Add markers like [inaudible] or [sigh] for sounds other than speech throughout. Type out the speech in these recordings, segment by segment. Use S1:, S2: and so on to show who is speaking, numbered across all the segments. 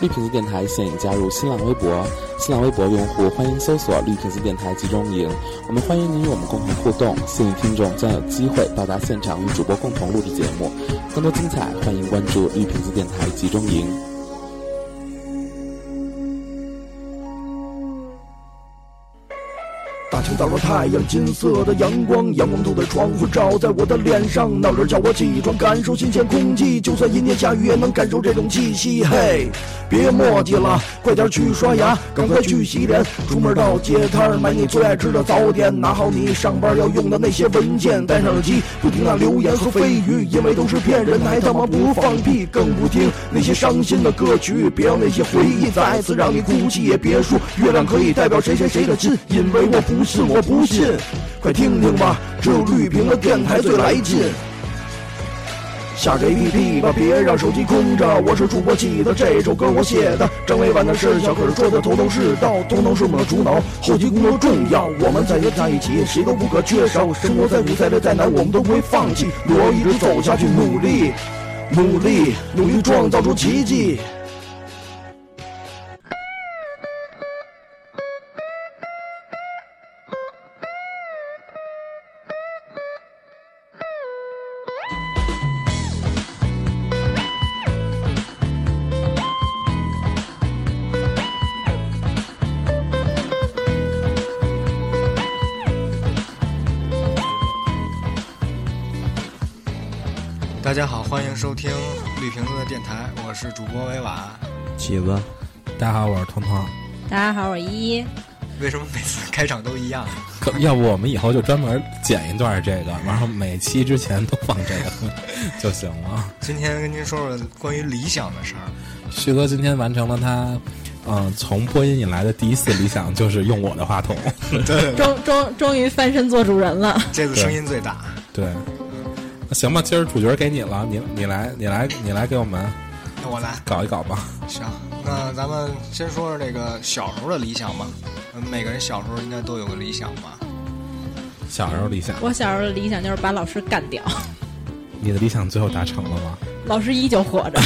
S1: 绿瓶子电台现已加入新浪微博，新浪微博用户欢迎搜索“绿瓶子电台集中营”，我们欢迎您与我们共同互动，幸运听众将有机会到达现场与主播共同录制节目。更多精彩，欢迎关注绿瓶子电台集中营。
S2: 大清早的太阳，金色的阳光，阳光透在窗户，照在我的脸上，闹铃叫我起床，感受新鲜空气。就算阴天下雨，也能感受这种气息。嘿，别墨迹了，快点去刷牙，赶快去洗脸。出门到街摊儿买你最爱吃的早点，拿好你上班要用的那些文件，带上耳机，不听那流言和蜚语，因为都是骗人，还他妈不放屁，更不听那些伤心的歌曲，别让那些回忆再次让你哭泣，也别说月亮可以代表谁谁谁的心，因为我不信，我不信，快听听吧，只有绿屏的电台最来劲。下这 APP 吧，别让手机空着。我是主播记得这首歌我写的，整委婉的事小可是说的头头是道，通通是我们的主脑。后期工作重要，我们在约在一起，谁都不可缺少。生活再苦再累再难，我们都不会放弃。我要一直走下去，努力，努力，努力创造出奇迹。
S3: 大家好，欢迎收听绿瓶子的电台，我是主播维瓦。
S4: 起子，
S5: 大家好，我是彤彤。
S6: 大家好，我是依依。
S3: 为什么每次开场都一样？
S5: 可要不我们以后就专门剪一段这个，然后每期之前都放这个 [laughs] 就行了。
S3: 今天跟您说说关于理想的事儿。
S5: 旭哥今天完成了他，嗯、从播音以来的第一次理想，就是用我的话筒。 [laughs]
S4: 嗯
S6: 终终终于翻身做主人了，
S3: 这次声音最大，
S5: 对，那行吧，今儿主角给你了，你你来，你来，你来给我们
S3: 那我来。
S5: 搞一搞吧。
S3: 行，那咱们先说说这个小时候的理想吧。嗯每个人小时候应该都有个理想吧？
S5: 小时候理想，
S6: 我小时候的理想就是把老师干掉， [laughs]
S5: 你的理想最后达成了吗？
S6: 老师依旧活
S4: [laughs]
S6: 着。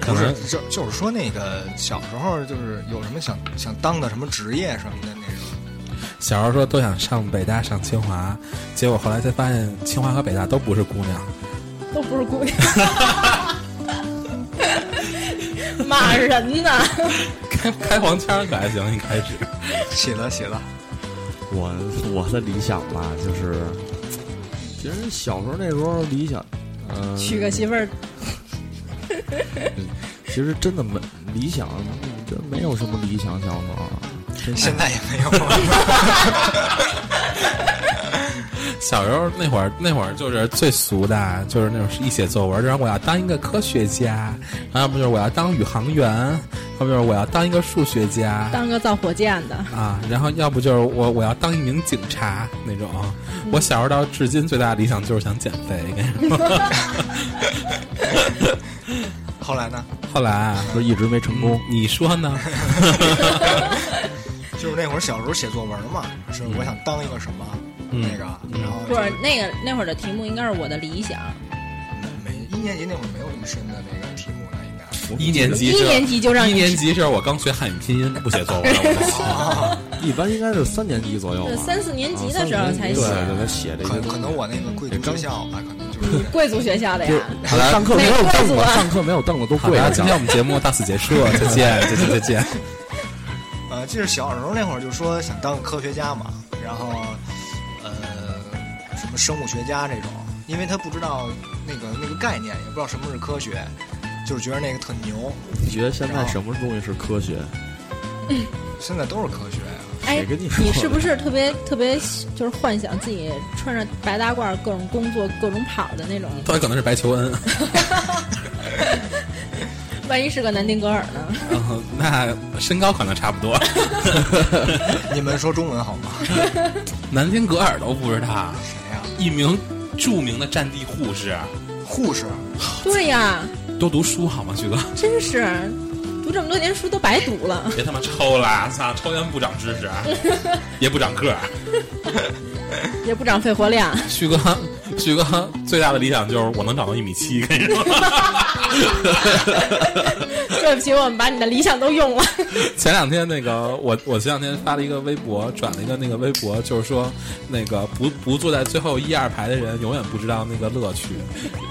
S5: 可
S3: 不是
S5: 能，
S3: 就就是说那个小时候就是有什么想想当的什么职业什么的那种。
S5: 小时候说都想上北大、上清华，结果后来才发现清华和北大都不是姑娘。
S6: 都不是姑娘。 [laughs] 骂人呢！
S5: 开开黄腔可还行，一开始。
S3: 起了起了，
S4: 我我的理想吧，就是，其实小时候那时候理想，呃，
S6: 娶个媳妇儿，
S4: 其实真的没理想，真没有什么理想小时候。真的
S3: 现在也没有了。 [laughs]
S5: 小时候那会儿，那会儿就是最俗的，就是那种一写作文，然后我要当一个科学家，然后要不就是我要当宇航员，要不就是我要当一个数学家
S6: 当个造火箭
S4: [laughs]
S6: 的，
S5: 啊，然后要不就是我我要当一名警察那种。
S6: 嗯
S5: 我小时候到至今最大的理想就是想减肥，跟你说。
S3: 后来呢？
S5: 后来啊
S4: 不是一直没成功，
S5: 你
S4: [laughs]
S5: 说呢？
S3: 就是那会儿小时候写作文嘛，是我想当一个什么、
S5: 嗯
S3: 那个，然后
S6: 不是那个那会儿的题目应该是我的理想。
S3: 没一年级那会儿没有那么深的这个题目呢，应
S4: [laughs]
S3: 该。
S5: 一年级
S6: 一
S5: 是
S6: 年级就让
S5: 一
S6: 你
S5: 年级是我刚学汉语拼音，不写作文了。我
S3: 啊
S4: 一般应该是三年级左右吧，
S6: 三四年级的时
S4: 啊
S6: 候
S4: 哦三四
S6: 才
S4: 年级
S6: 写
S4: 对，对，他写这
S3: 可
S4: 个。
S3: 可能我那个贵族学校吧，可能就是
S6: [laughs] 贵族学校的呀。
S4: 后来上课没有
S6: 没
S4: 凳
S6: 贵族
S4: 子，
S6: 啊
S4: 上课没有凳子都
S5: 好
S4: 跪
S5: 了，
S4: 着
S5: 今
S4: 讲
S5: 天。我们节目到此结束，再见，再见，
S4: [laughs]
S5: 再见。
S3: 呃，记得小时候那会儿就说想当个科学家嘛，然后呃什么生物学家这种，因为他不知道那个那个概念，也不知道什么是科学，就是觉得那个特牛。
S4: 你觉得现在什么东西是科学？
S3: [laughs] 现在都是科学啊，
S6: 哎
S4: 谁跟你，说
S6: 你是不是特别特别就是幻想自己穿着白大褂各种工作各种跑的那种？
S5: 他可能是白求恩，
S6: 万一是个南丁格尔呢？
S5: 然后嗯那身高可能差不多，
S3: 你们说中文好吗？
S5: 南丁格尔都不知道，
S3: 谁啊呀、
S5: 一名著名的战地护士，
S3: 护士，啊
S6: 对呀，
S5: 多读书好吗，旭哥？
S6: 真是读这么多年书都白读了。
S5: 别他妈抽了，啊操！抽烟不长知识，啊 [laughs] 也不长个儿。
S6: 也不长肺活量， [laughs]
S5: 旭哥，旭哥最大的理想就是我能长到一米七，跟 [laughs] 你说。
S6: 对不起，我们把你的理想都用了。
S5: [laughs] 前两天那个我我前两天发了一个微博，转了一个那个微博，就是说那个不不坐在最后一二排的人永远不知道那个乐趣。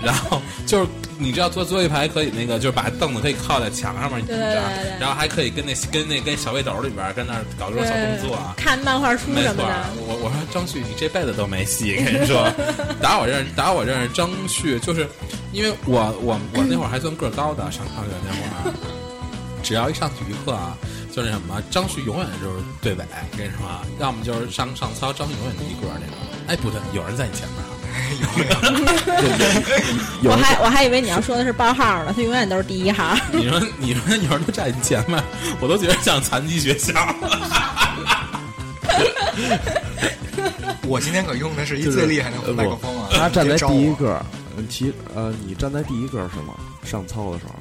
S5: 然后就是你知道坐最后一排可以那个就是把凳子可以靠在墙上面，你知
S6: 对
S5: 道
S6: 对对对对
S5: 然后还可以跟那跟那跟小背斗里边儿跟那儿搞这种小动作啊。
S6: 看漫画书
S5: 没
S6: 什
S5: 错啊
S6: 么
S5: 儿，
S6: 的，
S5: 我我说张旭，你这辈子都没戏，跟你 [laughs] 说，打我认识，打我认识张旭，就是因为我我我那会儿还算个儿高的，上上学那会儿，只要一上体育课啊，就是那什么，张旭永远就是对尾，跟你说啊，要么就是上上操，张旭永远第一个儿那种。哎，不对，有人在你前面啊。
S6: 我还我还以为你要说的是报号呢，他永远都是第一号。
S5: [laughs] 你说你说有人都站你前面，我都觉得像残疾学校。
S3: 我今天可用的是一
S4: 就是呃
S3: 最厉害的麦克风啊！
S4: 他站在
S3: 别招
S4: 第一
S3: 我，
S4: 个，嗯其呃，你站在第一个是吗？上操的时候，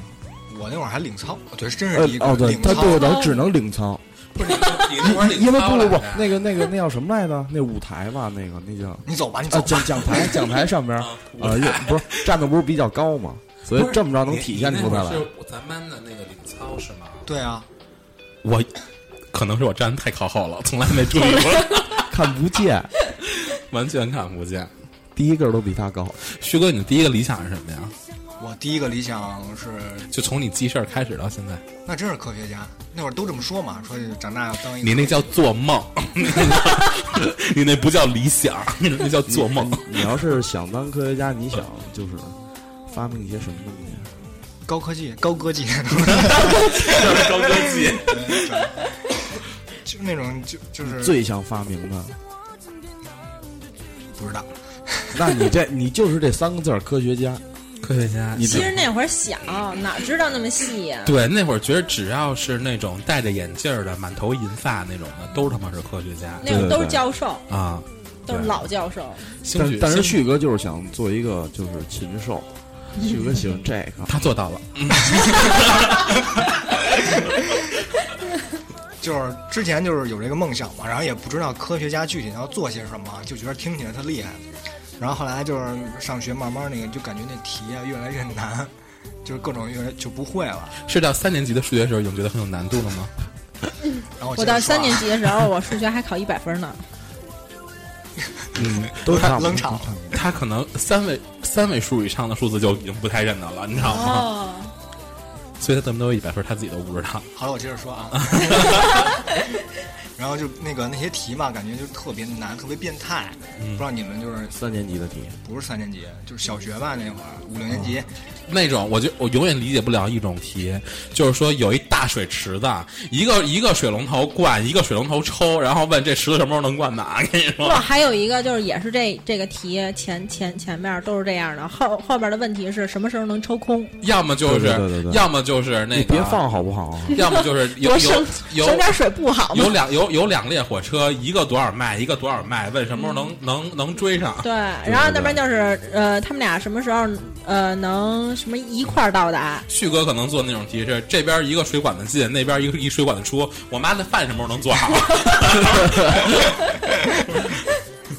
S3: 我那会儿还领操，对，真是
S4: 呃
S3: 第一，个
S4: 哦，对，
S3: 领
S4: 他
S3: 操。
S4: 对咱只能领操，
S5: 不是你你那会儿
S4: 因为不不不，那个那个那叫什么来着？那舞台吧，那个那 [laughs] 叫
S3: 你走吧，你走
S4: 啊
S3: 吧
S4: 讲。讲台讲台上 [laughs] 边儿
S5: 啊
S4: 啊，也不是站的不是比较高嘛，所以这么着能体现出他来
S5: 是。咱班的那个领操是吗？
S3: 对啊，
S5: 我可能是我站得太靠后了，从来没注意过，
S4: 看不见，
S5: [laughs] 完全看不见。
S4: 第一个都比他高。
S5: 旭哥，你第一个理想是什么呀？
S3: 我第一个理想是，
S5: 就从你记事儿开始到现在，
S3: 那真是科学家。那会儿都这么说嘛，说长大要当一个。
S5: 你那叫做梦， [laughs] 你那不叫理想，你那叫做梦。
S4: 你要是想当科学家，你想就是发明一些什么东西？
S3: 高科技，高科
S5: [laughs]
S3: 技，
S5: 就是高科
S3: [laughs]
S5: 技，
S3: 就是那种就就是
S4: 最想发明的？
S3: 不知道，
S4: 那你这哎你就是这三个字儿科学家。
S5: 科学家。
S4: 你
S6: 其实那会儿小，哪知道那么细呀、
S5: 对，那会儿觉得只要是那种戴着眼镜儿的、满头银发那种的，都他妈是科学家
S6: 那会儿都是教授，
S5: 啊！
S6: 都是老教授。
S5: 兴许
S4: 但但是
S5: 兴
S4: 旭哥就是想做一个就是禽兽，旭哥喜欢这个。
S5: 他做到了，
S3: 就是之前就是有这个梦想嘛，然后也不知道科学家具体要做些什么，就觉得听起来特厉害。然后后来就是上学，慢慢那个就感觉那题啊越来越难，就是各种越来就不会了。 [laughs]
S5: 是到三年级的数学的时候已经觉得很有难度了吗？
S3: 然后我
S6: 我
S3: 接
S6: 到
S3: 着说啊
S6: 三年级的时候，我数学还考一百分呢。
S4: 嗯，都差不多
S3: 冷场
S4: 都差不多
S5: 他可能三位三位数以上的数字就已经不太认得了，你知道吗？
S6: 哦，
S5: 所以他怎么都有一百分，他自己都不知道。
S3: 好了，我接着
S4: [laughs]
S3: 说啊。然后就那个那些题嘛，感觉就特别难，特别变态。不知道你们就是
S4: 三年级的题，
S3: 不是三年级，就是小学吧那会儿五六年级，
S5: 那种，我就我永远理解不了一种题，就是说有一大水池子，一个一个水龙头灌，一个水龙头抽，然后问这池子什么时候能灌满？跟你
S6: 不，
S5: 说，
S6: 还有一个就是也是这这个题前前前面都是这样的，后后边的问题是什么时候能抽空？
S5: 要么就是，
S4: [laughs] 对对对对对
S5: 要么就是那
S4: 你
S5: 个，
S4: 别放好不好啊？
S5: 要么就是
S6: [laughs]
S4: [laughs]
S5: 有
S6: 多省
S5: 有
S6: 省
S5: 有
S6: 点水不好吗
S5: 有？两有有两列火车，一个多少迈，一个多少迈，问什么时候能能能追上？
S6: 对，然后那边就是呃，他们俩什么时候呃能什么一块儿到达？
S5: 旭哥可能做那种题是这边一个水管子进，那边一个一水管子出，我妈的饭什么时候能做好？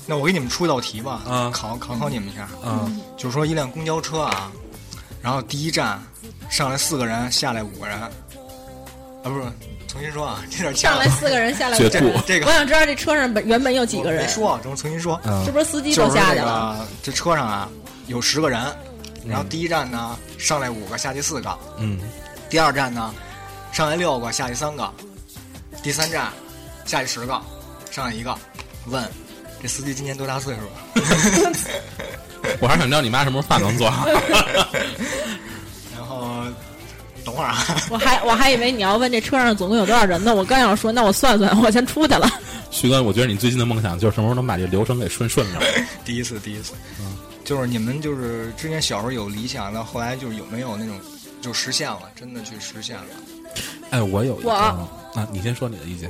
S3: 那我给你们出一道题吧，
S5: 啊
S3: 考考考你们一下。
S5: 啊，
S3: 就是说一辆公交车啊，然后第一站上来四个人，下来五个人，啊，不是，重新说啊， [laughs] 这点
S6: 上来四个人，下来五
S5: 绝
S6: 个
S5: 不
S6: 人
S3: 这。这
S6: 我
S3: 个
S6: 想知道这车上本原本有几个人
S3: 没？说啊，这我重新说，
S6: 是不是司机
S3: 就
S6: 都
S3: 是
S6: 下
S3: 那
S6: 去了？
S3: 个这车上啊有十个人，然后第一站呢上来五个，下去四个，
S5: 嗯，
S3: 第二站呢上来六个，下去三个，第三站下去十个，上来一个，问这司机今年多大岁数？
S5: [laughs] 我还是想知道你妈什么时候饭能做好。
S3: 然后等会儿啊。
S6: 我还我还以为你要问这车上总共有多少人呢，我刚想说，那我算算，我先出去了。
S5: [laughs] 旭哥，我觉得你最近的梦想就是什么时候能把这流程给顺顺了。
S3: 第一次，第一次，
S4: 嗯
S3: 就是你们就是之前小时候有理想，到后来就是有没有那种就实现了，真的去实现了？
S5: [laughs] 哎，我有一个
S6: 我
S5: 啊，你先说你的意见。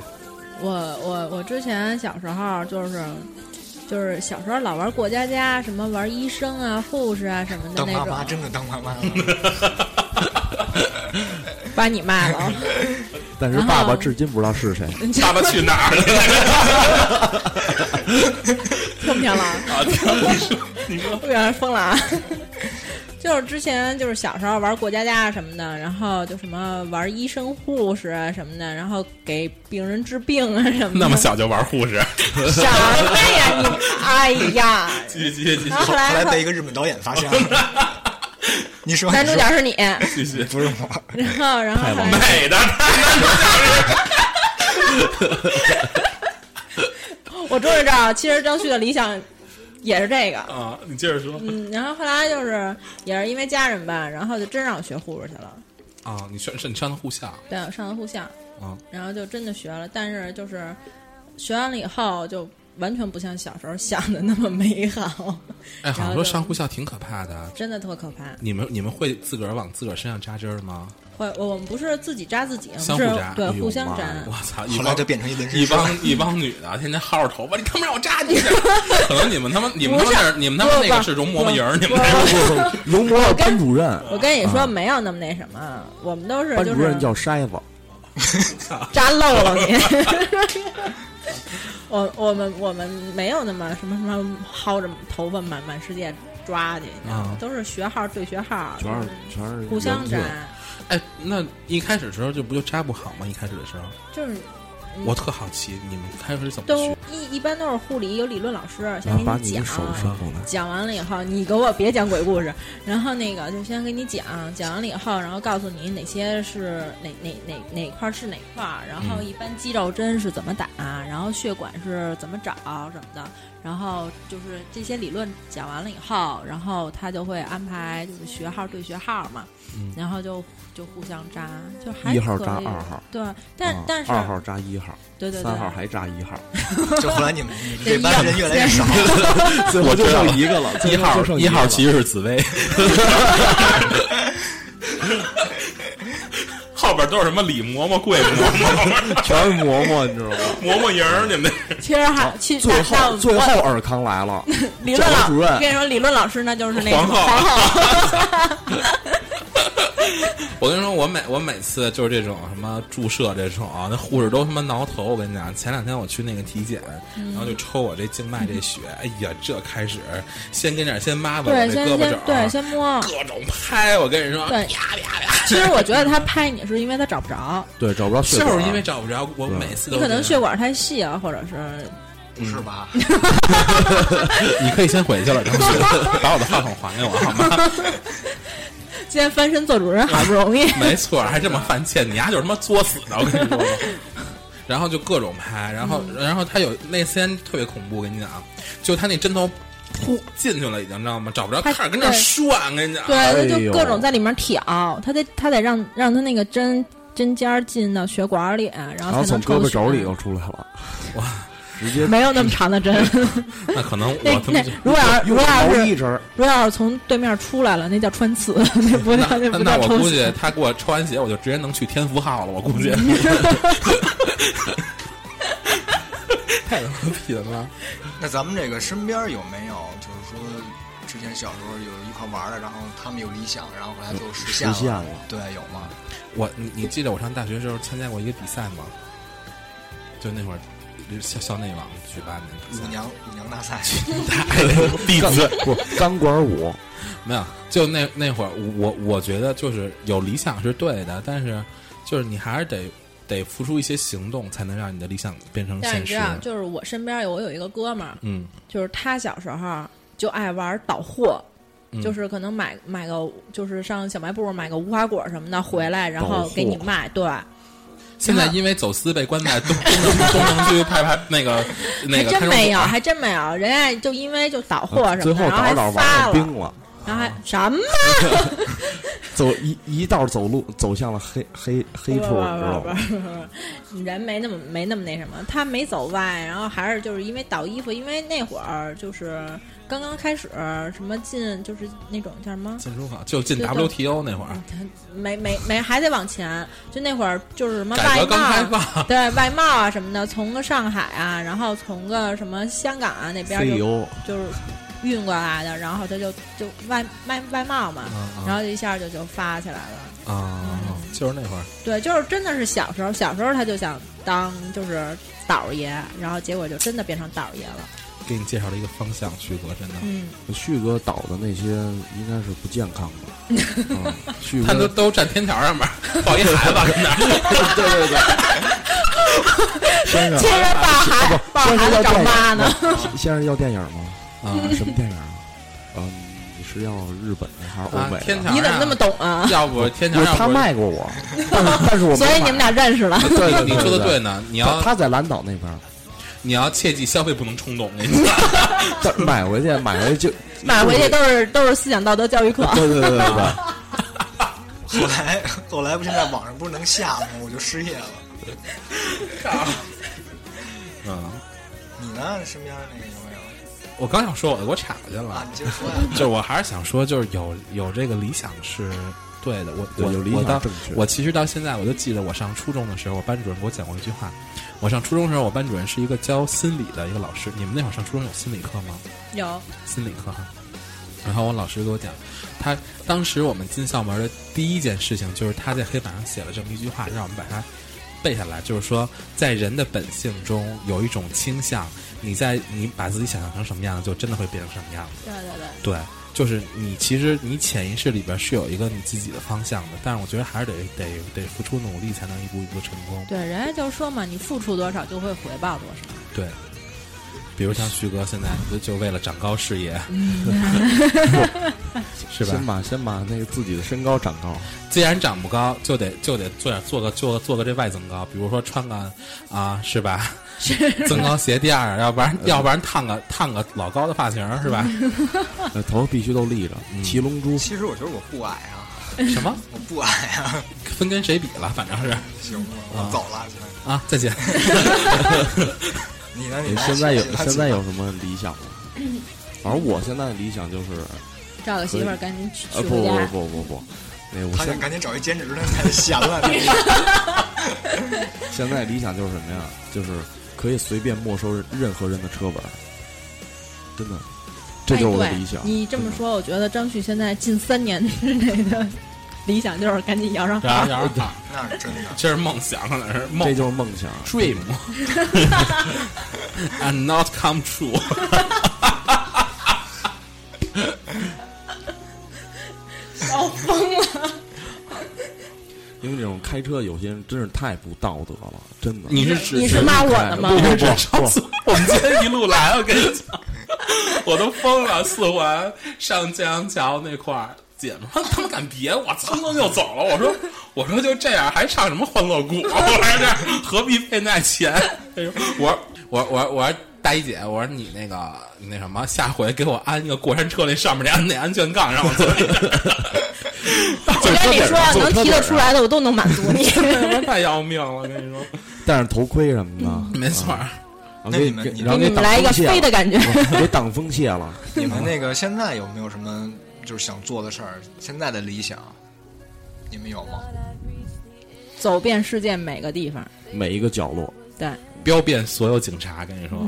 S6: 我我我之前小时候就是就是小时候老玩过家家，什么玩医生啊、护士啊什么的
S3: 当
S6: 那
S3: 妈
S6: 种，
S3: 妈真的当妈妈了，
S6: 把你卖
S5: [laughs]
S6: 了。
S4: 但是
S6: 然后
S4: 爸爸
S6: [laughs]
S4: 至今不知道是谁。
S5: 爸爸去哪儿了？
S6: 听不听了？
S5: 啊，听你说，
S3: 你
S6: [laughs]
S3: 说
S6: 我原来疯了啊！就是之前就是小时候玩过家家啊什么的，然后就什么玩医生护士啊什么的，然后给病人治病啊什
S5: [laughs]
S6: 么的。
S5: 那么小就玩护士，
S6: 什么呀你？哎呀，
S5: [laughs] 继续继续继续
S6: 然 [laughs] 后后
S3: 后来
S6: 来
S3: 被一个日本导演发现了。
S6: [laughs]
S3: 你说
S6: 男主角
S5: [laughs]
S6: 是你，
S5: 继
S6: [laughs]
S5: 续，
S3: 不是我，
S6: 然后然后后来
S5: 美的，
S6: 我终于知道，其实张旭的理想也是这个。
S5: 啊，你接着说
S6: 嗯，然后后来就是也是因为家人吧，然后就真让我学护士去了。
S5: [laughs] 啊，你上是你上的护校
S6: 对，我上的护校，
S5: 啊，
S6: 然后就真的学了，但是就是学完了以后就完全不像小时候想的那么美好， [laughs]
S5: 哎，好
S6: 然
S5: 像
S6: 后
S5: 说
S6: 就
S5: 上护校挺可怕的。
S6: 真的特可怕。
S5: 你们你们会自个儿往自个儿身上扎针儿吗？
S6: 会，我我们不是自己扎自己，啊我
S5: 相
S6: 们
S5: 互
S6: 是
S5: 扎，
S6: 对
S5: 哎呦
S6: 互相
S5: 妈
S6: 扎。
S5: 呀我操！一
S3: 后
S5: 帮
S3: 来就变成一纹身
S5: 一
S3: 师了。
S5: 帮一帮女的，天天薅着头发，你他妈让我扎你一下！可能你们他妈你们他妈
S6: 不是
S5: 那儿你们他妈
S6: 不
S5: 那个
S6: 不
S5: 是容嬷嬷营儿，你
S4: 不
S5: 们那
S4: 不不，容嬷嬷班主任，
S6: 我跟你说，
S4: 啊
S6: 没有那么那什么，我们都是
S4: 班
S6: 就
S4: 主任
S6: 是
S4: 叫筛子，
S6: 扎漏了你。我我们我们没有那么什么什么薅着头发满满世界抓去，你知道吗
S5: 啊？
S6: 都是学号对学号，
S4: 全是全是
S6: 互相
S4: 人
S6: 扎
S4: 性，
S5: 哎，那一开始的时候就不就扎不好吗？一开始的时候，
S6: 就是
S5: 我特好奇你们开始怎么
S6: 都
S5: 学
S6: 一一般都是护理有理论老师先
S4: 然后啊
S6: 给
S4: 把
S6: 你
S4: 的
S6: 讲，
S4: 手伸过来，
S6: 讲完了以后，你给我别讲鬼故事，然后那个就先给你讲，讲完了以后，然后告诉你哪些是哪哪哪哪块儿是哪块儿，然后
S5: 嗯
S6: 一般肌肉针是怎么打，然后血管是怎么找什么的，然后就是这些理论讲完了以后，然后他就会安排就是学号对学号嘛，
S5: 嗯
S6: 然后就就互相扎，就还
S4: 一号
S6: 可
S4: 扎
S6: 以
S4: 二号，
S6: 对，但、
S4: 啊
S6: 但是
S4: 二号扎一号，
S6: 对对对，
S4: 三号还扎一号，
S3: 就后来你们你们
S6: [laughs]
S3: 这班人越来越少，
S4: 最后就剩一个了，
S5: 一
S4: 最后就
S5: 号
S4: 剩
S5: 一
S4: 个
S5: 号
S4: 了
S5: 其实是紫薇，后边都是什么李嬷嬷、桂嬷嬷、
S4: 全是嬷嬷，你知道吗？
S5: 嬷嬷营儿，你们
S6: 其实还其实
S4: 最
S6: 那
S4: 后
S6: 那
S4: 最
S6: 我
S4: 后尔康来了，
S6: [laughs] 理论
S4: 教导主任
S6: 老，跟你说，理论老师那就是那个
S5: 皇后
S6: 皇后，
S5: [laughs] 我跟你说，我每我每次就是这种什么注射这种啊，那护士都他妈挠头。我跟你讲，前两天我去那个体检，然后
S6: 嗯
S5: 就抽我这静脉这血，哎呀，这开始先跟那儿先抹吧，我
S6: 对，
S5: 这
S6: 先
S5: 胳膊
S6: 先
S4: 啊
S5: 肘，啊
S6: 对，先 [laughs] 摸。
S5: 各种拍。我跟你说，
S6: 对
S5: 啪啪啪，
S6: 其实我觉得他拍你是因为他找不着，
S4: 对，找不着血
S5: 就
S4: 管
S5: 是因为找不着，我每次
S6: 你
S5: 都
S6: 可能
S5: 这样
S6: 血管太细啊，或者是
S3: 不
S4: 嗯
S3: 是吧？
S6: 嗯
S5: 你可以先回去了，然后
S6: [laughs]
S5: 把我的话筒还给我好吗？
S6: 今天翻身做主任好不容易。
S4: [laughs]
S5: [laughs] 没错，还这么犯贱，你丫就是他妈作死的，我跟你说。 [laughs] 然后就各种拍，然后、
S6: 嗯
S5: 然后他有那天特别恐怖，我跟你讲，啊就他那针头噗进去了，已经知道吗？找不着，
S6: 他
S5: 开始跟那儿
S6: 对
S5: 涮，我跟你讲，
S6: 对，
S4: 哎
S6: 他
S4: 呦
S6: 就各种在里面挑，他得他得让让他那个针针尖儿进到血管里，然
S4: 然
S6: 后
S4: 后
S6: 才
S4: 从
S6: 能
S4: 胳
S6: 抽
S4: 膊
S6: 血
S4: 肘里又出来了，
S5: 哇，
S4: 直接
S6: 没有那么长的针，
S5: 那可能
S6: 那
S5: 我他妈
S6: 那
S5: 就。
S6: 如果要是
S4: 用
S6: 如果要
S4: 毛
S6: 是
S4: 一针儿，
S6: 如果要是从对面出来了，那叫穿刺，那不叫
S5: 那
S6: 不
S5: 那
S6: 叫
S5: 我
S6: 抽
S5: 估
S6: 血
S5: 计他给我抽完血，我就直接能去天福号了。我
S6: [laughs]
S5: 估计太他妈贫了！
S3: 那咱们这个身边有没有就是说之前小时候有一块玩的，然后他们有理想，然后后来就实现
S4: 实现了。
S3: 对，有吗？
S5: 我你你记得我上大学的时候参加过一个比赛吗？就那会儿校校内网举办的
S4: 嗯
S5: 比赛
S3: 舞，娘舞娘大赛，
S5: 弟
S4: 钢不钢管舞，
S5: 没有，就那那会儿，我我觉得就是有理想是对的，但是就是你还是得得付出一些行动，才能让你的理想变成
S6: 但是你
S5: 现
S6: 知
S5: 实。
S6: 道，就是我身边有我有一个哥们儿，
S5: 嗯，
S6: 就是他小时候啊就爱玩倒货，
S5: 嗯
S6: 就是可能买买个，就是上小卖部买个无花果什么的回来，然后给你卖。对，
S5: 现在因为走私被关在东东城东城区派派那个那
S6: 还
S5: 个
S6: 真
S5: 看守
S6: 没有，
S5: 所
S6: 还真没有，人家就因为就倒
S5: 啊
S6: 货什么的，
S4: 最后
S6: 然后
S4: 找
S6: 还
S4: 着找
S6: 发
S4: 玩成
S6: 了，
S4: 冰了，
S6: 然后还什么？
S4: 走一一道走路走向了黑黑黑处，你知道
S6: 不
S4: 吗？
S6: 是不是不是不是人没那么没那么那什么，他没走歪，然后还是就是因为倒衣服，因为那会儿就是刚刚开始什么进就是那种叫什么
S5: 进出口，就进
S6: 对
S5: WTO 那会
S6: 嗯
S5: 儿，
S6: 没没没，还得往前。就那会儿就是什么
S5: 改
S6: 外
S5: 革刚开
S6: 贸，
S5: 放， [laughs]
S6: 对外贸啊什么的，从个上海啊，然后从个什么香港啊那边
S5: E
S4: 飞
S6: 就
S4: 油，
S6: 就是运过来的，然后他就就外卖外贸嘛，然
S5: 啊
S6: 后一下就就发起来了。
S5: 啊啊，就是那会儿，
S6: 对，就是真的是小时候，小时候他就想当就是倒爷，然后结果就真的变成倒爷了。
S5: 给你介绍了一个方向，旭哥真的，
S6: 嗯，
S4: 旭哥导的那些应该是不健康的，啊，旭
S5: 他都
S4: 哥
S5: 都站天桥上面抱一孩子跟那儿，
S4: [laughs] 对对对，先生
S6: 接着抱
S4: 啊
S6: 孩抱
S4: 先
S6: 孩
S4: 生
S6: 子
S4: 要
S6: 找
S4: 电影
S6: 妈呢，
S4: 吗？ [laughs] 先生要电影吗？啊，什么电影啊？嗯，你是要日本的还是欧
S5: 啊
S4: 美的？
S5: 天桥
S6: 你怎么那么懂啊？
S5: 要不天
S4: 不
S5: 桥
S4: 是
S5: 上
S4: 他
S5: 不是
S4: 卖过我，但是但是我没
S6: 所以你们
S4: 买
S6: 俩认识了，
S4: 对对对
S5: 你说的
S4: 对
S5: 对，呢，你
S4: 你他
S5: 要
S4: 他在蓝岛那边，
S5: 你要切记消费不能冲动，我
S4: [laughs]
S5: 跟你讲，
S4: 但是买回去买回去就
S6: 买回去都是都是思想道德教育课。
S4: [laughs] 对对对对对，
S3: 后来 [laughs] 后来不现在网上不是能下吗？我就失业了。
S5: 嗯，
S3: 你呢？身边那个有没有？
S5: 我刚想说我的，给我岔去
S3: 啊
S5: 了，，
S3: 你接着说呀。
S5: [laughs] 就我还是想说，就是有有这个理想是对的，我我
S4: 有理
S5: 我
S4: 想
S5: 到
S4: 正确
S5: 我其实到现在我就记得我上初中的时候，我班主任给我讲过一句话。我上初中的时候，我班主任是一个教心理的一个老师。你们那会儿上初中有心理课吗？
S6: 有，
S5: 心理课哈。然后我老师给我讲，他当时我们进校门的第一件事情就是他在黑板上写了这么一句话，让我们把它背下来，就是说在人的本性中有一种倾向，你在你把自己想象成什么样，就真的会变成什么样子。
S6: 对对对，
S5: 对，就是你其实你潜意识里边是有一个你自己的方向的，但是我觉得还是得得得付出努力才能一步一步成功。
S6: 对，人家就说嘛，你付出多少就会回报多少。
S5: 对，比如像旭哥现在就就为了长高事业， [laughs] 是吧？
S4: 先把先把那个自己的身高长高，
S5: 既然长不高，就得就得做点做个做个做个这外增高，比如说穿个啊，是吧？ [laughs] 增高鞋垫儿，要不然要不然烫个烫个老高的发型儿，是吧？
S4: 呃头必须都立着， [laughs] 骑龙珠
S3: 其实我觉得我不矮啊，
S5: 什么
S3: 我不矮啊。
S5: 分跟谁比了？反正是
S3: 行吧，我走了。行
S5: 啊，
S4: [laughs]
S5: 再见。
S3: 你呢？你
S4: 你
S3: 呢
S4: 现在有
S3: 其他
S4: 现在有什么理想吗？
S6: [laughs]
S4: 反正我现在的理想就是，
S6: 找个媳妇儿赶紧娶
S4: 呃，
S6: 娶
S4: 不
S6: 回
S4: 不
S6: 家。
S4: 不不不，那我
S3: 他想
S4: 现
S3: 赶紧找一兼职的，太闲了。这个
S4: 现在理想就是什么呀？就是可以随便没收任何人的车本儿，真的，这就是我的
S6: 哎对
S4: 理想。
S6: 你这么说，我觉得张旭现在近三年之内的理想就是赶紧摇上
S5: 然
S6: 号
S5: 后。然后啊
S3: 那是真
S4: [laughs]
S3: 的。
S5: 这是梦想，那是
S4: 这
S5: 梦
S4: 就是梦想。
S5: dream 。And not come true。
S4: 啊因为这种开车，有些人真是太不道德了，真的。
S5: 你是指
S6: 你是骂我的吗
S4: 不？不
S5: 这上
S4: 不
S5: 次我们今天一路来，我跟你讲，我都疯了。四环上江阳桥那块儿，姐们儿他们敢别我，蹭蹭就走了。我说我说就这样，还唱什么欢乐谷？啊我说这何必费那钱？哎我说我我我说大姨姐，我说你那个你那什么，下回给我安一个过山车那上面那安那安全杠，让我坐一下。
S6: [laughs]
S5: [laughs]
S6: 我跟你说，能提得出来的我都能满
S4: [laughs]
S6: 足你。
S5: 哎太要命了，我跟你说，
S4: 戴上头盔什么的，
S5: 没错儿。
S4: 然后
S3: 那
S4: 给
S3: 你们
S4: 给
S3: 你
S4: 然后
S6: 嗯给
S4: 给
S6: 你们来一个飞的感觉。
S4: 觉，给挡风切了。
S3: 你们那个现在有没有什么就是想做的事儿？现在的理想，你们有吗？
S6: 走遍世界每个地方，
S4: 每一个角落，
S6: 对，
S5: 标遍所有警察，跟你说，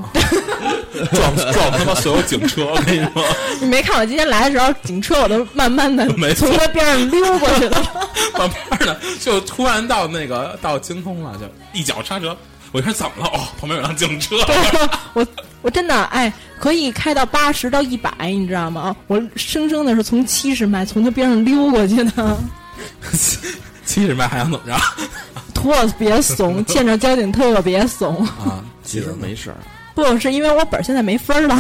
S5: [laughs] 撞撞他妈所有警车， [laughs] 我跟你说，
S6: 你没看我今天来的时候，警车我都慢
S4: [laughs]
S6: 慢的
S5: 没错
S6: 从他边上溜过去了。
S5: 慢慢的就突然到那个到精通了，就一脚刹车，我一看怎么了？哦，旁边有辆警车， [laughs]
S6: 我我真的哎，可以开到八十到一百，你知道吗？我生生的是从七十迈从他边上溜过去
S4: [laughs]
S6: 的，
S5: 七十迈还想怎么着
S6: 特别怂，见着交警特别怂。
S5: 啊？
S4: 其实没事儿。
S6: 不是因为我本儿现在没分儿
S4: [laughs]
S6: 了，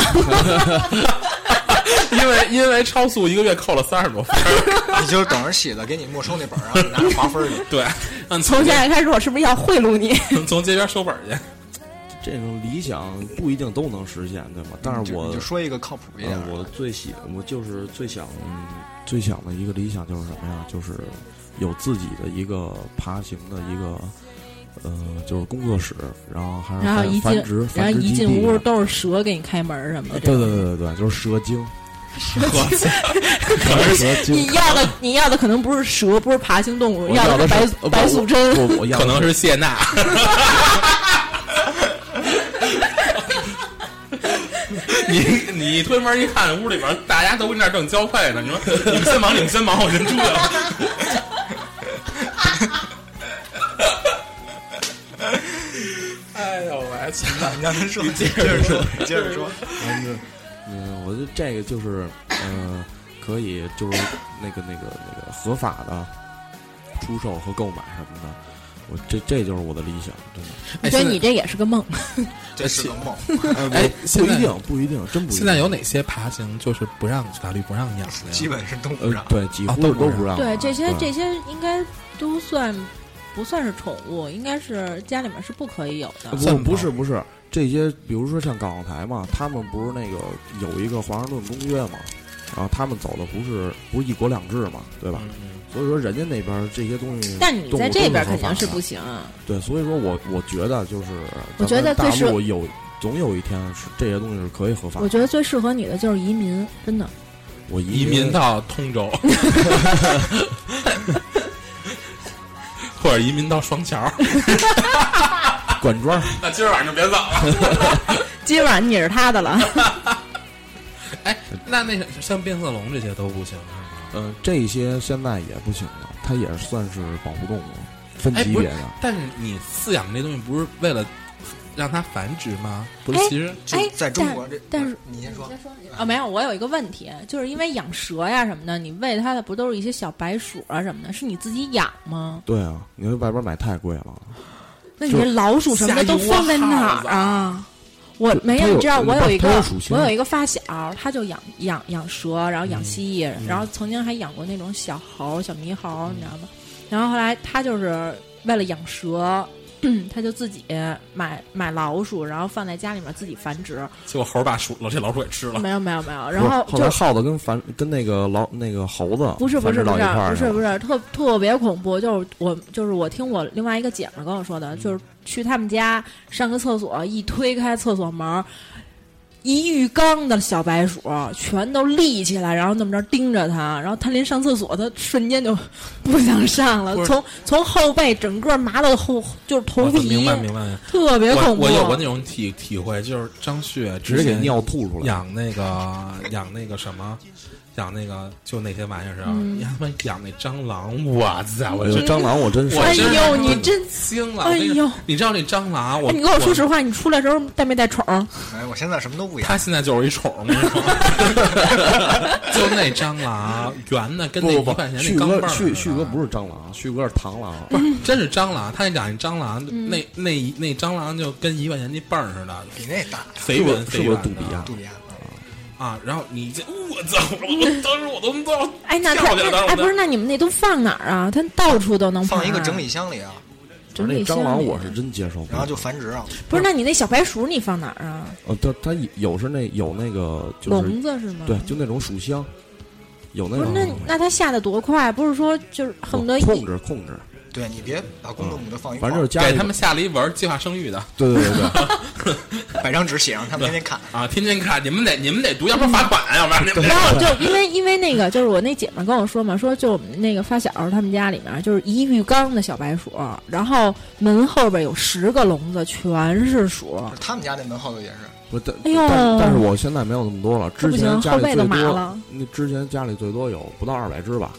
S5: 因为因为超速一个月扣了三十多分儿，
S3: 你就等着写的给你没收那本儿，然后你拿着划分儿去。
S5: 对，让你
S6: 从
S5: 从
S6: 现在开始我是不是要贿赂你？
S4: 啊
S5: 街从街边收本去。
S4: 这种理想不一定都能实现，对吧？ [laughs] 但是
S3: 就
S4: 我
S3: 你就说一个靠谱一点
S4: 呃
S3: 儿，的。
S4: 我最喜我就是最想、嗯、最想的一个理想就是什么呀？就是有自己的一个爬行的一个呃，就是工作室，然后还是
S6: 然后
S4: 繁
S6: 一
S4: 繁
S6: 进
S4: 殖，
S6: 然
S4: 繁
S6: 后
S4: 殖
S6: 一
S4: 基
S6: 进
S4: 地
S6: 屋
S4: 啊
S6: 都是蛇给你开门儿什么的。
S4: 对对对对对，就是蛇精，蛇 [laughs]
S6: 你
S4: 精。
S6: 要的你要的可能不是蛇，不是爬行动物，
S4: 我
S6: 要
S4: 要
S6: 的
S4: 的
S6: 是
S4: 是
S6: 白
S4: 呃
S6: 白
S4: 不
S6: 素
S4: 不
S6: 贞。
S4: 我我要
S5: 可能
S4: 的
S5: 是谢娜，你你一推门一看，屋里边大家都跟那儿正交配呢。你说你们先忙，你们先忙，我先出去了。哎呦喂！还行。
S3: 你让他说，
S5: 你接
S3: 接
S5: 着
S3: 着
S5: 说
S3: 说，接着说，
S4: 嗯，我觉得这个就是，呃，可以就是那个那个那个合法的出售和购买什么的，我这这就是我的理想，真
S5: [laughs]
S4: 的。
S5: 哎，
S6: 我觉
S5: 现在
S6: 得你这也是个梦，
S3: 这是个梦。
S5: 哎，
S4: 不
S5: 现
S4: 一
S5: 在
S4: 定，不一定，真不一定。
S5: 现在有哪些爬行就是不让法律不让养的呀？
S3: 基本是动物
S4: 呃
S3: 上，，
S4: 对，几
S5: 啊
S4: 乎
S5: 都
S4: 都
S5: 不
S4: 不让。
S6: [laughs] 对这些
S4: 对
S6: 这些应该都算不算是宠物，应该是家里面是不可以有的。
S4: 不
S5: 算
S4: 不
S5: 吧
S4: 是不是，这些比如说像港澳台嘛，他们不是那个有一个华盛顿公约嘛，然后他们走的不是不是一国两制嘛，对吧？
S5: 嗯嗯
S4: 所以说人家那边儿这些东西，
S6: 但你
S4: 动物
S6: 在
S4: 都
S6: 这边
S4: 合
S6: 肯定
S4: 法
S6: 是
S4: 的
S6: 不行啊，
S4: 对，所以说我我觉得就是，
S6: 我觉得
S4: 大
S6: 最适
S4: 陆有总有一天是这些东西是可以合法
S6: 我
S4: 的。
S6: 觉得最适合你的就是移民，真的。
S4: 我
S5: 移
S4: 移
S5: 民到通 [laughs] 州，或者移民到双桥。
S4: 管庄儿，
S5: [laughs] 那今儿晚上就别走了。
S6: [laughs] 今晚你是他的了，
S5: [laughs] 哎，那那像变色龙这些都不行啊是吗？
S4: [laughs] 嗯、这些现在也不行了，它也算是保护动物，分
S5: 哎
S4: 级
S5: 不
S4: 别
S5: 是
S4: 的。
S6: 啊
S5: 但是你饲养这东西不是为了让它繁殖吗？不是
S6: 哎，
S5: 其实
S3: 就
S6: 哎
S3: 在中国这，
S6: 但是
S3: 你先说，
S6: 啊，没有，我有一个问题，就是因为养蛇呀什么的，你喂它的不都是一些小白鼠啊什么的，是你自己养吗？
S4: 对啊，你在外边买太贵了。
S6: 那你这老鼠什么的都放在哪儿啊？我
S4: 对
S6: 没
S4: 它
S6: 有，
S4: 有
S6: 你知道我
S4: 它
S6: 有一
S4: 它
S6: 个
S4: 有属性
S6: 我有一个发小，他就养养养蛇，然后
S4: 嗯
S6: 养蜥蜴，然后曾经还养过那种小猴、小猕猴，你知道吗？然后后来他就是为了养蛇，他就自己买买老鼠，然后放在家里面自己繁殖。
S5: 结果猴把鼠老这老鼠给吃了。
S6: 没有没有没有，然后
S4: 不是后
S6: 就
S4: 来耗子跟繁跟那个老那个猴
S5: 啊
S4: 子
S6: 不是不
S4: 繁殖
S6: 是不
S4: 到
S6: 是
S4: 一块儿
S6: 不
S4: 去了
S6: 是不是特特别恐怖，就是我就是我听我另外一个姐们儿跟我说的，
S5: 嗯
S6: 就是去他们家上个厕所，一推开厕所门儿，一浴缸的小白鼠全都立起来，然后那么着盯着他，然后他临上厕所，他瞬间就不想上
S5: 不
S6: 了，
S5: 是
S6: 从从后背整个麻到后就是头
S5: [laughs] 我
S6: 皮
S5: 明，白明白，
S6: 特别
S5: 我
S6: 恐怖。啊
S5: 我有过那种体体会，就是张旭啊
S4: 直接给
S5: 之前
S4: 尿吐出来。
S5: 养那个养那个什么，养那个就那些玩意儿啊，
S6: 嗯
S5: 你他妈养那蟑螂，我操！我
S4: 哎呦
S5: 真
S4: 蟑螂我真是
S5: 我
S6: 哎
S5: 真
S6: 呦，
S5: 是
S6: 你真，
S5: 惊了！
S6: 嗯哎
S5: 那个
S6: 呦
S5: 你知道那蟑螂，我
S6: 哎你跟我说实话，你出来时候带没带宠儿？
S3: 哎，我现在什么都不养
S5: 它，现在就是一宠，我跟你说，就那蟑螂圆的跟那一
S4: 不不
S5: 块
S4: 不，
S5: 钱
S4: 旭
S5: 那钢镚
S4: 哥
S5: 儿似
S4: 旭
S5: 的
S4: 旭哥不是蟑螂，啊旭哥是螳螂。
S5: 不
S6: 嗯
S5: 是真是蟑螂，它养一蟑螂，那那一那蟑螂就跟一块钱那泵儿似的，
S3: 比那大，
S5: 肥圆
S4: 是
S5: 肥
S4: 不是
S5: 圆
S4: 杜比
S5: 的
S4: 亚
S3: 杜比亚。
S5: 啊！然后你这我操！我当时我都都要
S6: 哎，那
S5: 跳
S6: 他
S5: 起来，当时
S6: 那
S5: 我
S6: 哎
S5: 都
S6: 不是，那你们那都放哪儿啊？它到处都能爬
S3: 放一个整理箱里啊，
S6: 整
S4: 那
S6: 理箱
S4: 蟑螂
S6: 里
S4: 我是真接受不
S3: 然
S4: 了
S3: 后。就繁殖啊。
S6: 不是？那你那小白鼠你放哪儿啊？
S4: 呃，它它有是那有那个就是
S6: 笼子是吗？
S4: 对，就那种鼠箱，有那
S6: 不是
S4: 种
S6: 那那它下的多快？不是说就是恨不得
S4: 我
S6: 一
S4: 控制控制，
S3: 对你别把公的母的放一块
S4: 反
S3: 儿，
S4: 正就是家
S5: 给
S4: 里
S5: 他们下了一文儿计划生育的
S4: 对对对 [laughs] 对，
S3: 摆张纸写上，他们天天看。
S5: 啊，天天看你们得你们得读，要不然罚款，要不然你们
S6: 然
S5: 得。
S6: 后就因为因为那个就是我那姐们儿跟我说嘛，说就我们那个发小他们家里面就是一浴缸的小白鼠，然后门后边有十个笼子，全
S4: [laughs]
S6: 是鼠。
S3: 他们家那门后头也是，
S4: 不但
S6: 哎呦
S4: 但但是我现在没有那么多了，之前
S6: 行
S4: 家
S6: 后
S4: 里
S6: 背
S4: 最
S6: 都麻
S4: 多
S6: 了，
S4: 那之前家里最多有不到二百只吧，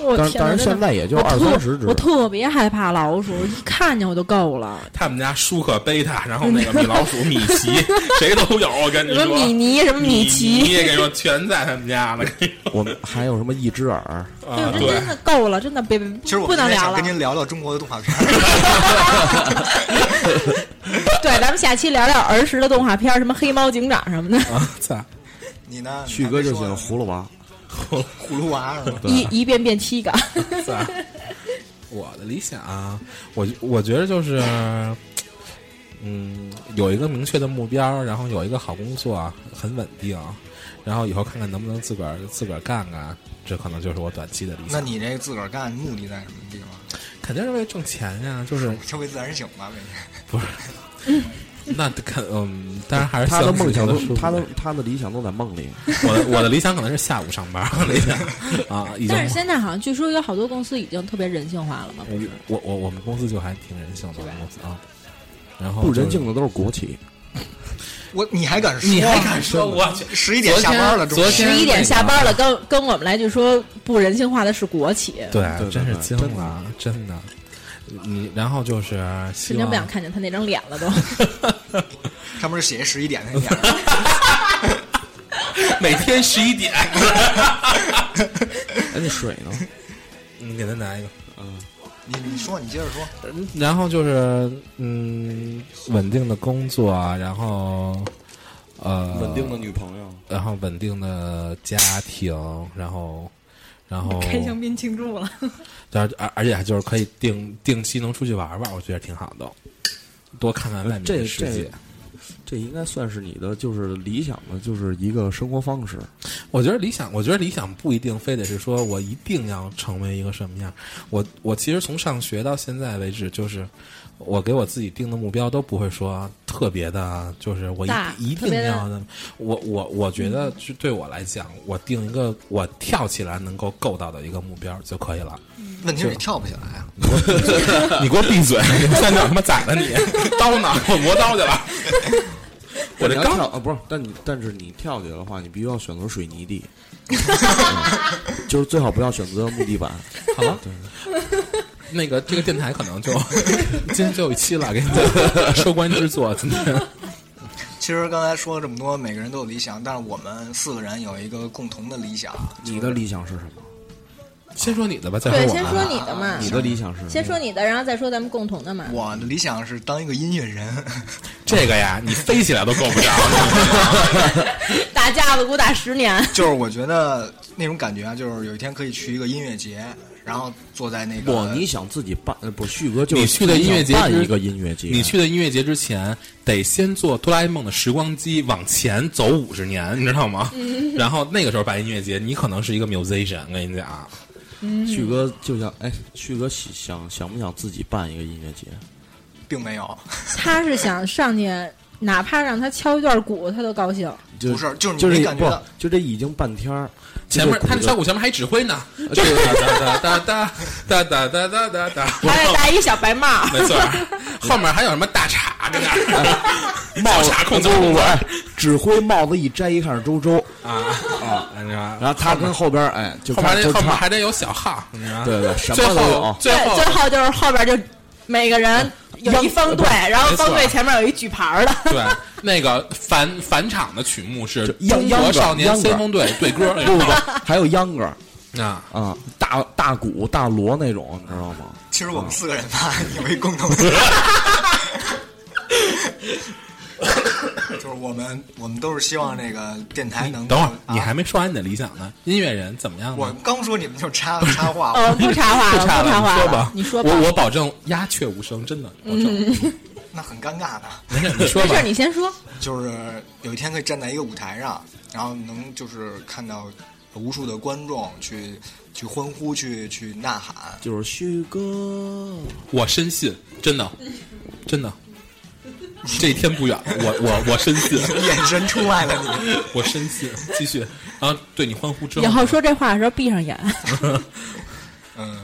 S6: 我
S4: 但是
S6: 天哪！
S4: 但是
S6: 真的
S4: 现在也就
S6: 我
S4: 二
S6: 特
S4: 三十只
S6: 我。特别害怕老鼠，一看见我就够了。
S5: 他们家舒克贝塔，然后那个米老鼠、米奇，谁都有。我跟你
S6: 什么
S5: 说，
S6: 米妮，什么米奇，
S5: 你也跟你说，全在他们家 [laughs] 了。跟你说
S4: 我们还有什么一只耳，
S5: 啊，
S6: 这
S5: 对
S6: 真，的够了，真的别别
S3: 其实我
S6: 不
S3: 们今
S6: 能
S3: 天
S6: 聊
S3: 想
S6: 了
S3: 跟。您聊聊中国的动画片，
S6: [laughs] 对，咱们下期聊聊儿时的动画片儿，什么黑猫警长什么的，
S5: 啊，操，
S3: 你呢？
S4: 旭哥就喜欢
S3: 葫
S4: 葫芦娃，
S3: 葫芦娃是
S6: [laughs]
S3: 吗？
S6: 一一遍遍七个。
S5: 操！我的理想啊，我我觉得就是，嗯，有一个明确的目标，然后有一个好工作，啊很稳定，然后以后看看能不能自个儿自个儿干干，这可能就是我短期的理想。
S3: 那你这自个儿干目的在什么地方？
S5: 肯定是为了挣钱呀，就是
S3: 就为自然醒吧，每天。
S5: 那肯嗯，当然还是
S4: 他的
S5: 希望
S4: 梦想
S5: 自
S4: 都
S5: 己能
S4: 他的他的理想都在梦里。
S5: 我的我的理想可能是下午上班儿
S4: [laughs]
S5: 理想啊，已经
S6: [laughs] 但是现在好像据说有好多公司已经特别人性化了嘛。
S5: 哎我我我们公司就还挺人性的，我们公司啊，然后
S4: 不
S5: 就是
S4: 人性的哦都是国企，
S3: 我你还敢说？
S5: 你还敢说？我去，
S3: 十一点下班了，
S5: 昨天
S6: 十一点下班了，
S5: 那
S6: 跟跟我们来句说不人性化的是国企。
S5: 对啊
S4: 对对
S5: 真是
S4: 对
S5: 惊
S4: 真的
S5: 了，真的。你然后就是希
S6: 瞬间
S5: 望
S6: 不想看见他那张脸了都。
S3: 他不是写十一点那点儿吗，
S5: 每天十一点，
S4: 哎，那水呢？
S5: [laughs] 你给他拿一个。
S3: 你你说你接着说，
S5: 然后就是嗯，稳定的工作啊，然后呃，
S4: 稳定的，女朋友，
S5: 然后稳定的家庭，然后然后
S6: [laughs] 开香槟庆祝了，
S5: 但是而而且就是可以定定期能出去玩玩，我觉得挺好的，多看看外面
S4: 这
S5: 的世界
S4: 这。这应该算是你的就是理想的就是一个生活方式。
S5: 我觉得理想，我觉得理想不一定非得是说我一定要成为一个什么样。我我其实从上学到现在为止，就是我给我自己定的目标都不会说特别的，就是我一
S6: 大
S5: 一
S6: 特
S5: 定
S6: 别的
S5: 要的。我我我觉得，就对我来讲，我定一个我跳起来能够够到的一个目标就可以了。
S3: 问题是你跳不起来啊，
S5: 你给我闭嘴！你在哪儿他妈宰了你？刀呢？我磨刀去了。我
S4: 你
S5: 这
S4: 要
S5: 刚
S4: 跳啊，不是，但你但是你跳起来的话，你必须要选择水泥 [laughs] 地，嗯就是最好不要选择木地板。
S5: 好了，那个这个电台可能就 [laughs] 今天最后一期了，给你们收官之作。今天
S3: 其实刚才说了这么多，每个人都有理想，但是我们四个人有一个共同的理想，
S4: 你的理想是什么？
S5: 先说你的吧，再
S6: 对，
S5: 我啊
S6: 先说
S5: 的。
S6: 你的嘛，
S4: 你的理想是什么？
S6: 先说你的，然后再说咱们共同的嘛。
S3: 我的理想是当一个音乐人， [laughs]
S5: 这个呀，你飞起来都够
S4: [laughs]
S5: 不着。
S6: 打架子鼓打十年，
S3: 就是我觉得那种感觉啊，就是有一天可以去一个音乐节，然后坐在那
S4: 不
S3: 个，
S4: 你想自己办？呃不，旭哥就是
S5: 你去的音乐节
S4: 想办
S5: 之
S4: 一个音乐节，
S5: 你去的音乐节之前，得先坐哆啦 A 梦的时光机往前走五十年，你知道吗？
S4: 嗯
S5: 然后那个时候办音乐节，你可能是一个 musician。我跟你讲，
S4: 啊旭哥就想哎，旭哥喜想想不想自己办一个音乐节？啊
S3: 并没
S5: 哦
S3: 有，
S6: [laughs] 他是想上去，哪怕让他敲一段鼓，他都高兴。
S4: 就
S3: 不是就是你
S4: 就
S3: 没
S4: 这
S3: 感觉
S4: 不
S3: 到
S4: 就这已经半天儿，
S5: 前面
S4: 这个
S5: 他
S4: 鼓
S5: 们
S4: 就
S5: 敲鼓，前面还指
S4: [laughs]
S5: 挥呢，就哒哒哒哒哒哒哒哒
S4: [laughs]
S5: 哒哒。
S4: 哎
S6: 还得戴一小白帽，
S5: 没错儿，后面还有什么大叉
S4: [laughs]
S5: 跟那儿，帽叉控
S4: 不
S5: 制
S4: 不不，哎，指挥帽子一摘，一看是周周，
S5: 啊啊，你知道
S4: 然
S5: 吗？
S4: 后他跟后边儿哎，就
S5: 后面
S4: 看
S5: 那
S4: 就
S5: 后面
S4: 唱，
S5: 还得有小号，你知道吗？
S4: 对
S5: [laughs]
S4: 对什
S5: 最
S4: 么都
S5: 后
S4: 有啊
S5: 最
S6: [laughs] 对
S5: 后呃
S6: 最后就是后边就每个人有一方队，然后方队前面有一举牌的。 [laughs]
S5: 对那个返返场的曲目是
S4: 就秧
S5: 中国
S4: 秧歌
S5: 少年
S4: 秧歌
S5: 先锋队队歌
S4: 不不不，还有秧歌儿
S5: 啊。
S4: 啊，大大鼓大锣那种，你知道吗？
S3: [laughs] 其实我们四个人吧，有一共同
S5: [laughs]
S3: 的， [laughs] 就是我们我们都是希望那个电台能
S5: 等会儿
S3: 够，
S5: 你
S3: 啊
S5: 还没说完你的理想呢。音乐人怎么样呢？
S3: 我刚说你们就
S5: [laughs]
S3: 插插话，
S6: 呃，不插话
S5: 不
S6: 了，
S5: 插
S6: 不插
S5: 你
S6: 话
S5: 说吧，
S6: 你说吧，嗯
S5: 我我保证鸦雀无声，真的保证。
S3: 那很尴尬的。
S5: 没事，你说
S6: 没
S5: 吧
S6: 事，。你先说。
S3: [laughs] 就是有一天可以站在一个舞台上，然后能就是看到无数的观众去去欢呼、去去呐 [laughs] 喊。
S4: 就是旭哥，
S5: 我深信，真的，真的，这一天不远了。我我我深信。
S3: 眼神出卖了你，
S5: [laughs] 我深信，继续，然后对你欢呼之
S6: 以后
S5: 后，
S6: 说这话的时候闭上眼，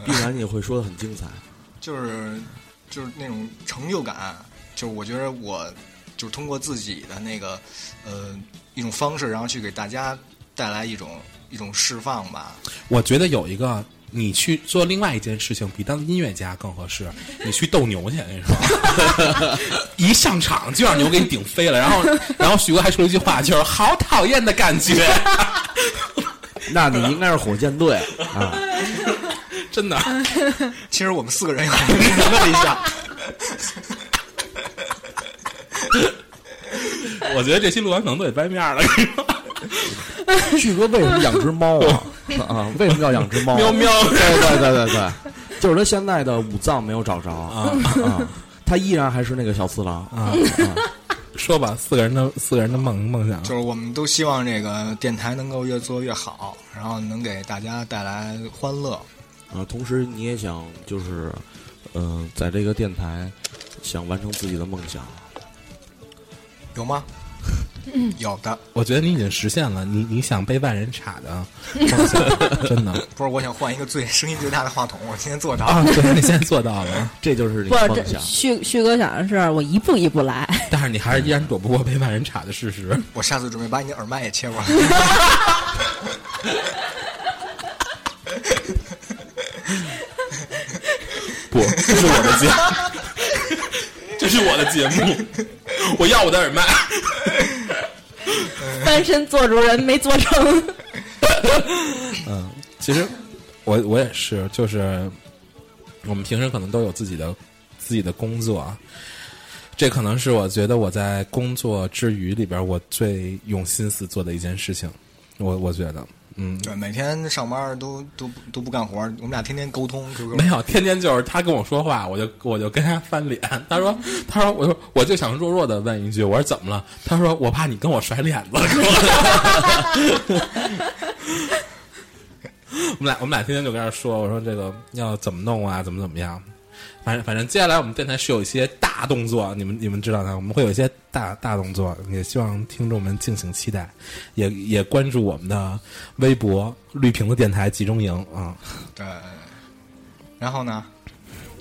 S4: 必然你会说的很精彩。
S3: [laughs] 就是就是那种成就感，就是我觉得我就是通过自己的那个呃一种方式，然后去给大家带来一种一种释放吧。
S5: 我觉得有一个你去做另外一件事情，比当音乐家更合适。你去斗牛去，跟你说，一上场就让牛给你顶飞了。然后， [laughs] 然后许哥还说了一句话，就是好讨厌的感觉， [laughs]
S4: 那你应该是火箭队啊，
S5: 真的。
S3: 其实我们四个人有共同的理想，
S5: 我觉得这期录完可能都得掰面了。跟你说
S4: 旭哥为什么养只猫啊？啊，为什么要养只猫？
S5: 喵喵
S4: 对对对对对，就是他现在的五脏没有找着啊，他依然还是那个小次郎啊。
S5: 说吧，四个人的四个人的梦梦想，
S3: [laughs] 就是我们都希望这个电台能够越做越好，然后能给大家带来欢乐。
S4: 呃，同时你也想就是，呃，在这个电台想完成自己的梦想，
S3: 有吗？
S5: 嗯
S3: 有的，
S5: 我觉得你已经实现了你你想被万人插的梦想，真的
S3: 不是我想换一个最声音最大的话筒，我今天做到。
S5: 啊！对，你现在做到了。
S4: 这就是你
S6: [laughs] 不
S4: 的，
S6: 这
S4: 梦想。
S6: 旭旭哥想的是我一步一
S5: [laughs]
S6: 步来，
S5: 但是你还是依然躲不过被万人查的事实。
S3: 我下次准备把你的耳麦也切过来。
S1: 不，这是我的家，
S5: [laughs] 这是我的节目，我要我的耳麦。
S6: 翻身做主人没做成，
S5: 其实我我也是，就是我们平时可能都有自己的自己的工作啊，这可能是我觉得我在工作之余里边我最用心思做的一件事情。我我觉得，嗯，
S3: [laughs] 对，每天上班都都不都不干活，我们俩天天沟通 QQ，
S5: [laughs] 没有，天天就是他跟我说话，我就我就跟他翻脸。他说，他说，我说我就想弱弱的问一句，我说怎么了？他说我怕你跟我甩脸子。我们俩我们俩天天就跟那说，我说这个要怎么弄啊，怎么怎么样。反正反正接下来我们电台是有一些大动作，你们你们知道的，我们会有一些大大动作，也希望听众们敬请期待，也也关注我们的微博“绿瓶子电台集中营”啊、
S3: 对。然后呢，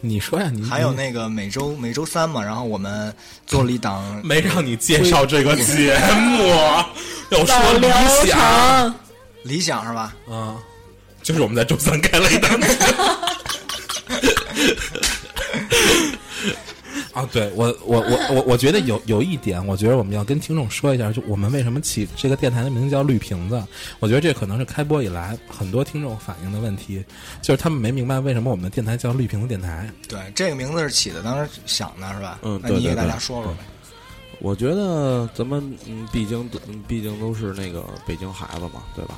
S5: 你说呀，你
S3: 还有
S5: 你
S3: 那个每周每周三嘛，然后我们做了一档
S5: 没让你介绍这个节目，要
S6: 老
S5: 说
S6: 呃流
S5: 理想，
S6: 程。
S3: 理想是吧？
S5: 嗯，就是我们在周三开了一档。 [laughs] 啊，对我，我我我我觉得有有一点，我觉得我们要跟听众说一下，就我们为什么起这个电台的名字叫绿瓶子。我觉得这可能是开播以来很多听众反映的问题，就是他们没明白为什么我们的电台叫绿瓶子电台。
S3: 对，这个名字是起的，当时想的是吧？
S4: 嗯
S3: 那
S4: 对
S3: 你给
S4: 对
S3: 大
S4: 对
S3: 家说说呗。
S4: 我觉得咱们嗯，毕竟都嗯毕竟都是那个北京孩子嘛，对吧？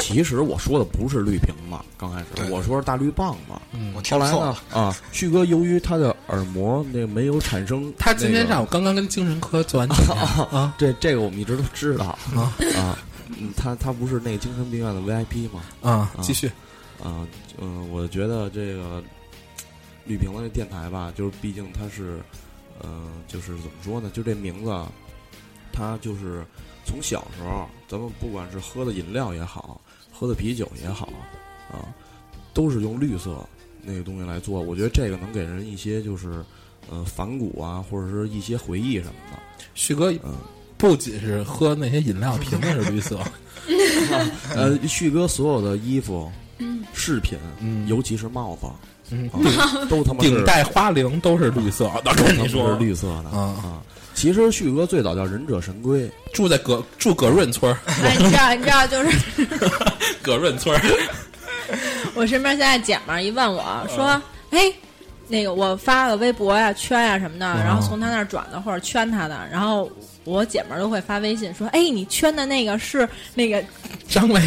S4: 其实我说的不是绿瓶子，刚开
S3: 对
S4: 始我说是大绿棒子。
S3: 我
S4: 嗯后
S3: 听
S4: 来
S3: 错
S4: 呢
S3: 了，？
S4: 啊，旭哥由于他的耳膜那没有产生，
S5: 他今天上
S4: 让
S5: 午刚刚跟精神科做完检查啊，
S4: 这这个我们一直都知道啊啊，嗯他他不是那个精神病院的 VIP 吗？
S5: 啊，
S4: 啊
S5: 继续，
S4: 啊，嗯、我觉得这个绿瓶子这电台吧，就是毕竟它是，呃，就是怎么说呢，就这名字，它就是从小时候，咱们不管是喝的饮料也好，喝的啤酒也好，啊，都是用绿色那个东西来做。我觉得这个能给人一些就是，呃，反骨啊，或者是一些回忆什么的。
S5: 旭哥
S4: 嗯
S5: 不仅是喝那些饮料瓶子是绿 [laughs] 色，
S4: 呃，
S5: [laughs]
S4: 旭哥所有的衣服、饰品，
S5: 嗯
S4: 尤其是帽子，
S5: 嗯
S4: 啊、都他妈是
S5: 顶戴花翎都是绿色的，跟
S4: 它
S5: 你
S4: 不
S5: 说
S4: 是，绿色的
S5: 啊
S4: 啊。其实旭哥最早叫忍者神龟， [laughs]
S5: 住在葛住葛润村儿， [laughs]
S6: 哎，你知道，你知道，就是
S5: 葛润村儿，
S6: 我身边现在姐们儿一问我说：“哎，那个我发个微博呀、圈呀、什么的，然后从他那儿转的或者圈他的，然后我姐们儿都会发微信说：‘哎，你圈的那个是那个
S5: 张维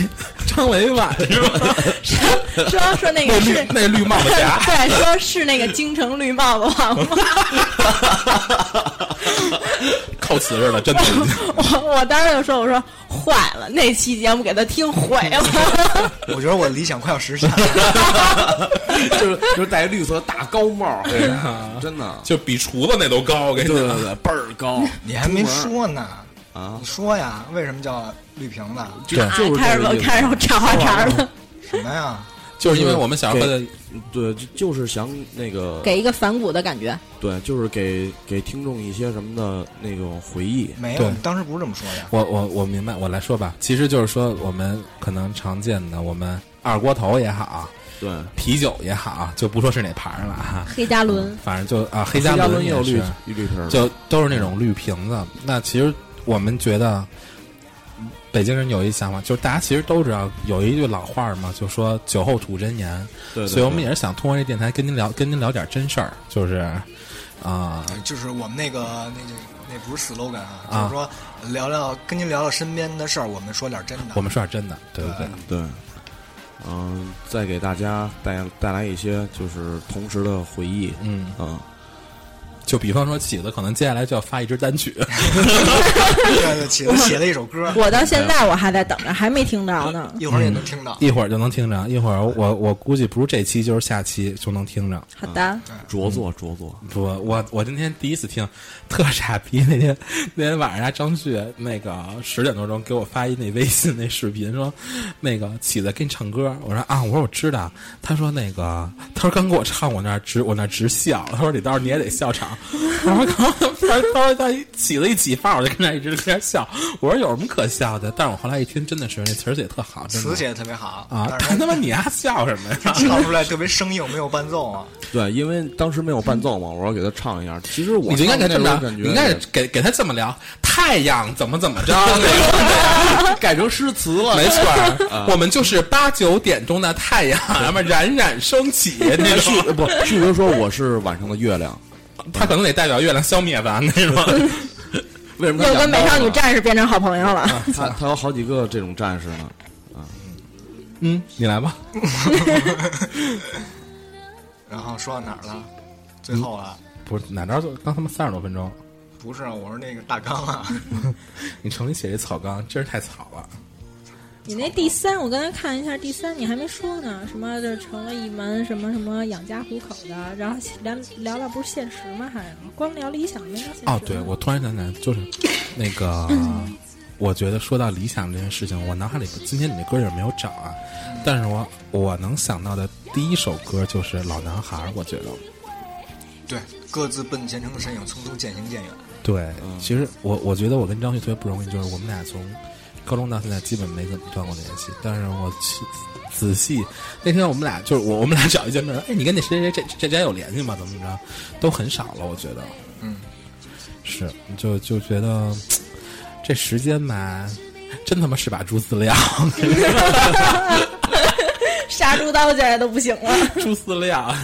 S5: 张维婉是 [laughs] 吧？
S6: 说说说那个是
S5: 绿那绿帽子侠，
S6: 对，说是那个京城绿帽子王吗？’
S5: 靠瓷实的，真的。
S6: 我我当时就说：‘我说坏了，那期节目给他听毁了。
S3: 我觉得我理想快要实
S4: [laughs]
S3: 现了。
S4: 就是就是戴绿色大高帽，
S5: 对啊
S4: [laughs] 真的，
S5: 就比厨子那都高，我跟
S4: 对
S5: 你讲
S4: 对对，倍儿高
S3: 你还没说呢，
S4: [laughs] 啊
S3: 你！说呀？为什么叫绿瓶子？
S4: 就
S5: 对’
S4: 就是
S6: 开
S4: 这
S6: 始
S4: 个
S6: 我
S4: 意思
S6: 开始我插话茬了，
S3: 什么呀？
S5: 就是因为我们小时候喝的
S4: 对，就就是想那个，
S6: 给一个反骨的感觉。
S4: 对，就是给给听众一些什么的那种回忆。
S3: 没有，
S5: 对
S3: 你当时不是这么说的。
S5: 我我我明白，我来说吧，其实就是说我们可能常见的，我们二锅头也好，
S4: 对，
S5: 啤酒也好，就不说是哪牌儿了啊，
S6: 黑加仑，
S5: 反正就啊，黑
S4: 黑
S5: 加
S4: 加
S5: 仑
S4: 也有
S5: 也
S4: 绿
S5: 是，
S4: 绿瓶儿的，
S5: 就都是那种绿瓶子。那其实我们觉得，北京人有一想法，就是大家其实都知道有一句老话儿嘛，就说“酒后吐真言”，
S4: 对，对
S5: 所以我们
S4: 对
S5: 也是想通过这电台跟您聊，跟您聊点真事儿，就是啊、
S3: 就是我们那个那个那不是 slogan 啊，
S5: 啊
S3: 就是说聊聊跟您聊聊身边的事儿，我们说点真的。
S5: 我们说点真的，对对对，
S4: 对，嗯、再给大家带带来一些就是同时的回忆，
S5: 嗯，
S4: 嗯，
S5: 就比方说起子可能接下来就要发一支单曲， [laughs]
S3: 对对，写了写了一首歌，
S6: 我到现在我还在等着，还没听着呢。
S3: 一会儿也能听到。
S5: 一会儿就能听着，一会儿我我估计不是这期就是下期就能听着。
S6: 好的，
S5: 嗯
S4: 着作着作，
S5: 不，我我今天第一次听，特傻逼。那天那天晚上，张旭那个十点多钟给我发一那微信那视频，说那个起子给你唱歌。我说啊，我说我知道。他说那个，他说刚给我唱，我那儿直我那儿直笑。他说你到时候你也得笑场。然后然后他他他起了一起范儿，我就跟那儿一直跟那儿笑。我说有什么可笑的？但是我后来一听，真的是那词儿写的特好，真的
S3: 词写的特别好
S5: 啊！
S3: 但
S5: 他
S3: 是
S5: 他妈你还笑什么呀？
S3: 唱出来特别生硬，没有伴奏啊。
S4: 对，因为当时没有伴奏
S5: [laughs]
S4: 嘛，我说给他唱一下。其实我
S5: 你就应该给他
S4: 唱
S5: 这
S4: 那
S5: 么
S4: 时候
S5: 聊，
S4: 感觉
S5: 你应该是给给他这么聊。太阳怎么怎么着？那个
S4: 改成诗词了。
S5: 啊 [laughs] 没错 [laughs] 儿，啊我们就是八九点钟的太阳，那么冉冉升起 [laughs] 那种。
S4: 旭呃不，旭哥说我是晚上的月亮，
S5: 他可能得代表月亮消灭吧那种。 [laughs]
S4: 为什么
S7: 又
S4: 他
S7: 跟
S4: 想到
S7: 美少女
S4: 了
S7: 战士变成好朋友了。
S4: 他他有好几个这种战士呢。
S5: 嗯，你来吧。
S3: 然后说到哪儿了？最后啊，
S5: 不是哪招就刚他妈三十多分钟，
S3: 不是，我是那个大纲啊，
S5: 你重新写这草纲，真是太草了。
S6: 你那第三，我刚才看一下第三，你还没说呢，什么就成了一门什么什么养家糊口的，然后聊聊到不是现实吗？还光聊理想没聊现实
S4: 啊
S5: 哦，对，我突然想起来，就是那个，我觉得说到理想这件事情，我脑海里今天你的歌也没有找啊，但是我我能想到的第一首歌就是《老男孩》，我觉得。
S3: 对，各自奔前程的身影，匆匆渐行渐远。
S5: 对，其实我我觉得我跟张旭特别不容易，就是我们俩从高中到现在基本没怎么断过联系。但是我去仔细那天我们俩就是我我们俩只要一见面，哎，你跟那谁谁谁这这家有联系吗？怎么怎么着，都很少了，我觉得。
S3: 嗯，
S5: 是，就就觉得这时间吧，真他妈是把猪饲料，
S7: 杀猪刀现在都不行了。
S5: 猪饲料。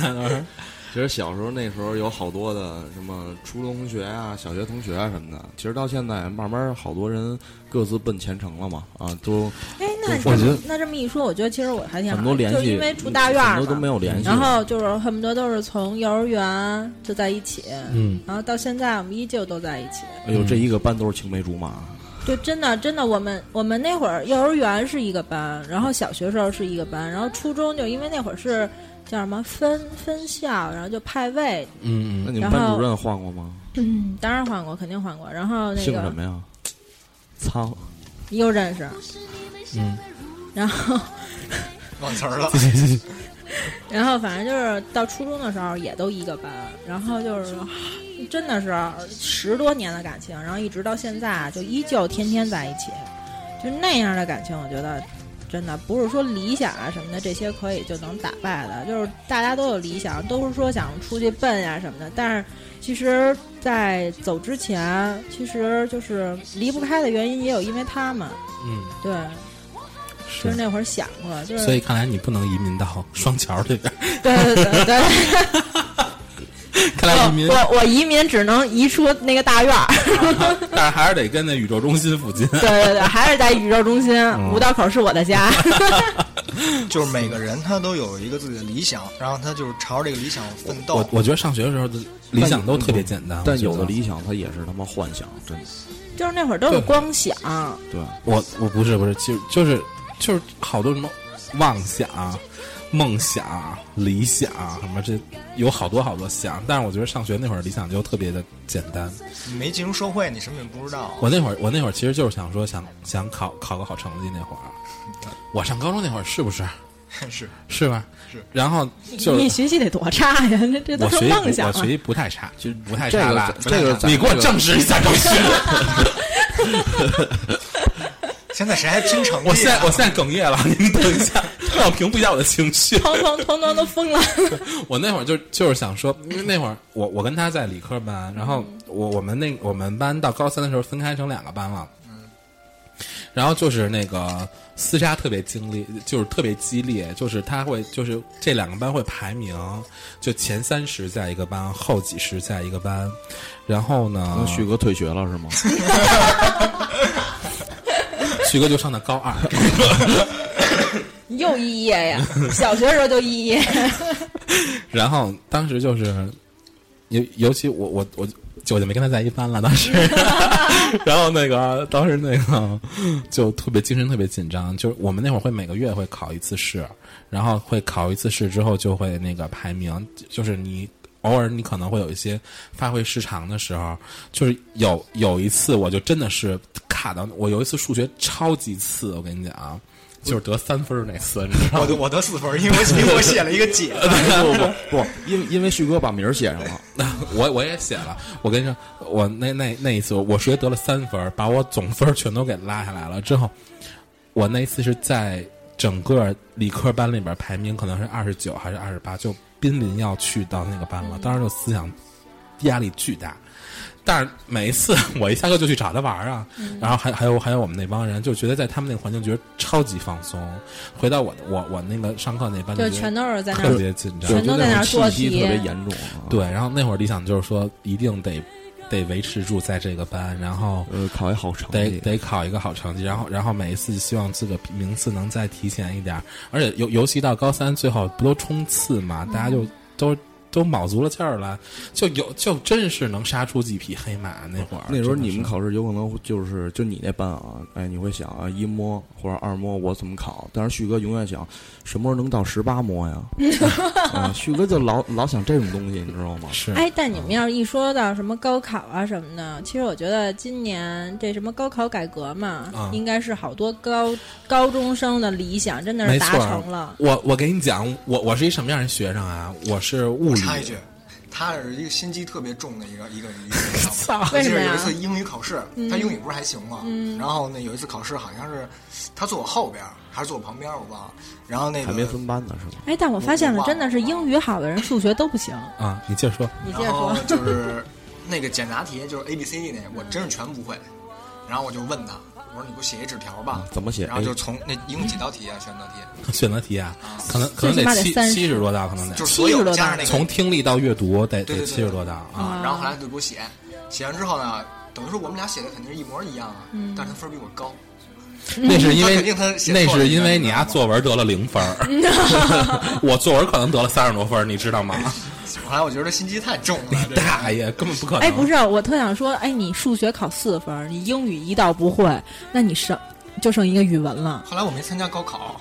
S4: 其实小时候那时候有好多的什么初中同学啊、小学同学啊什么的，其实到现在慢慢好多人各自奔前程了嘛啊，都
S6: 哎，那
S4: 我觉得
S6: 那这么一说，我觉得其实我还挺好
S4: 很多联
S6: 就是
S4: 系，
S6: 因为住大院
S4: 很
S6: 儿
S4: 多都
S6: 嘛
S4: 没有联系了。
S6: 然后就是恨不得都是从幼儿园就在一起，
S5: 嗯，
S6: 然后到现在我们依旧都在一起。
S4: 哎呦，这一个班都是青梅竹马，
S6: 就真的真的，我们我们那会儿幼儿园是一个班，然后小学时候是一个班，然后初中就因为那会儿是叫什么分分校，然后就派位，
S5: 嗯
S4: 那
S5: 嗯，
S4: 你们
S6: 然
S4: 班
S6: 后
S4: 主任换过吗？
S6: 嗯，当然换过，肯定换过。然后那
S4: 姓
S6: 个
S4: 什么呀？操！
S6: 你又认识，
S5: 嗯，
S6: 然后
S3: 忘词
S5: [laughs]
S3: 儿了。
S6: 然后反正就是到初中的时候也都一个班，然后就是啊真的是十多年的感情，然后一直到现在就依旧天天在一起，就那样的感情，我觉得真的不是说理想啊什么的这些可以就能打败的，就是大家都有理想，都是说想出去奔呀、什么的，但是其实，在走之前，其实就是离不开的原因也有因为他们，
S5: 嗯，
S6: 对，就是是。那会儿想过，就是
S5: 所以看来你不能移民到双桥这边，
S7: 对对对对，
S5: 看来移民，
S7: 我我移民只能移出那个大院
S5: [laughs]
S7: 儿。
S5: 但是还是得跟那宇宙中心附近。
S7: 对对对，还是在宇宙中心，
S5: 嗯
S7: 五道口是我的
S5: [laughs]
S7: 家。
S3: 就是每个人他都有一个自己的理想，然后他就是朝着这个理想奋斗
S5: 我。我觉得上学的时候的理想都特别简单，
S4: 但
S5: 我觉得
S4: 有的理想它也是他妈幻想，真的。
S6: 就是那会儿都有
S5: 对
S6: 光想，
S4: 对，啊
S5: 我我不是不是，就就是就是好多什么妄想、梦想、理想什么这有好多好多想，但是我觉得上学那会儿理想就特别的简单。
S3: 你没进入社会，你什么也不知道。
S5: 我那会儿我那会儿其实就是想说想想考考个好成绩那会儿，我上高中那会儿是不是
S3: [laughs] 是
S5: 是吧？
S3: 是。
S5: 然后就
S7: 你
S5: 是
S7: 学习得多差呀？这这都
S5: 我
S7: 是
S5: 学习
S7: 梦
S5: 不
S7: 想
S5: 我
S7: 啊
S5: 学！习不太差，就不太
S4: 这
S5: 差
S4: 个
S5: 了
S4: 咱。这个咱
S5: 你给我
S4: 这个
S5: 证实一 [laughs] 下，张旭。
S3: 现在谁还拼成绩啊？
S5: 我现在我现在哽咽了，您等一下，让我平复一下我的情绪。
S6: 通通通通都疯了。
S5: 我那会儿就就是想说，因为那会儿我我跟他在理科班，然后我我们那我们班到高三的时候分开成两个班了，然后就是那个厮杀特别经历，就是特别激烈，就是他会就是这两个班会排名，就前三十在一个班，后几十在一个班，然后呢
S4: 那，旭哥退学了是 [laughs] 吗？
S5: 旭哥就上的高 [laughs] 二，
S6: [laughs] 又肄业
S7: [laughs]
S6: 呀，小学时候就肄业。
S5: 然后当时就是，尤尤其我我我就我就没跟他在一班了，当时，然后那个当时那个就特别精神特别紧张，就是我们那会儿会每个月会考一次试，然后会考一次试之后就会那个排名，就是你。偶尔你可能会有一些发挥失常的时候，就是有有一次我就真的是卡到我有一次数学超级次，我跟你讲，啊就是得三分儿那次，你知道吗？
S3: [laughs] 我得我得四分儿，因为我因为我写了一个
S4: [laughs]
S3: 姐，
S4: 不不，因因为旭哥把名儿写上了，
S5: 我我也写了，我跟你说，我那那那一次，我数学得了三分儿，把我总分儿全都给拉下来了。之后，我那一次是在整个理科班里边排名可能是二十九还是二十八，就濒临要去到那个班
S6: 嗯
S5: 了。当时就思想压力巨大，但是每一次我一下课就去找他玩儿啊，
S6: 嗯
S5: 然后还还有还有我们那帮人，就觉得在他们那个环境觉得超级放松。回到我我我那个上课那班
S6: 就
S5: 觉得
S6: 全都是在那
S5: 特
S6: 儿。
S5: 别紧张，
S6: 全都在那儿做
S4: 气
S6: 题
S4: 息特别严重啊。
S5: 对，然后那会儿理想就是说，一定得得维持住在这个班，然后
S4: 呃，考一好成
S5: 得
S4: 绩，
S5: 得考一个好成绩，然后然后每一次希望自个名次能再提前一点儿，而且尤尤其到高三最后不都冲刺嘛，大家就
S6: 嗯
S5: 都都卯足了劲儿了，就有就真是能杀出几匹黑马那会儿。
S4: 那时候你
S5: 真
S4: 们
S5: 的是
S4: 考试有可能就是就你那班啊，哎，你会想啊，一模或者二模我怎么考？但是旭哥永远想什么时候能到十八模
S6: [laughs]
S4: 呀？啊，旭哥就老老想这种东西，你知道吗？
S5: 是
S6: 哎，但你们要是一说到什么高考啊什么的，其实我觉得今年这什么高考改革嘛，
S5: 啊
S6: 应该是好多高高中生的理想，真的是
S5: 没
S6: 达
S5: 错儿
S6: 成了。
S5: 我我给你讲，我我是一什么样的学生啊？我是物理。
S3: 插一句，他是一个心机特别重的一个一个一个 [laughs] 人。
S6: 为
S3: 就是
S6: 什么
S3: 有
S6: 呀嗯
S3: 一？次英语考试，他英语不是还行嘛，然后呢有一次考试好像是他坐我后边儿还是坐我旁边儿我忘了，然后那
S4: 还没
S3: 个
S4: 分班呢，是吧？
S6: 哎，但我发现了，真的是英语好的人数学都不行。
S5: 啊，你接着说。 [laughs]
S6: 你接着
S3: 然后
S6: [laughs] 说，
S3: 哦就是那个简答题，就是 A B C D 那个，我真是全不会。然后我就问他，我说你给我写一纸条吧
S4: 嗯，怎么写
S3: 然后
S4: A？
S3: 就从那一共几道题啊，选择题，
S5: 选择题啊，可能可
S6: 哦最
S5: 能
S6: 起码
S5: 得
S6: 得
S5: 七
S6: 30
S5: 七十多道，可能得
S3: 就。是所有加上那个
S5: 从听力到阅读得
S3: 对
S5: 得
S3: 对
S5: 七
S3: 对
S5: 十多道啊，
S3: 啊，然后后来他就给我写，写完之后呢，等于说我们俩写的肯定是一模一样啊，但是他分儿比我高。
S5: 那是因
S3: 他
S5: 为
S3: 肯定他写错了
S5: 嗯那是因为
S3: 你知
S5: 你
S3: 道吗
S5: 丫作文得了零分儿， [laughs] 我作文可能得了三十多分儿，你知 [laughs] 道吗？
S3: 后来我觉得心机太重了，这个
S5: 大爷，根本不可能。
S6: 哎，不是，我特想说，哎，你数学考四分儿，你英语一道不会，那你剩就剩一个语文了。
S3: 后来我没参加高考，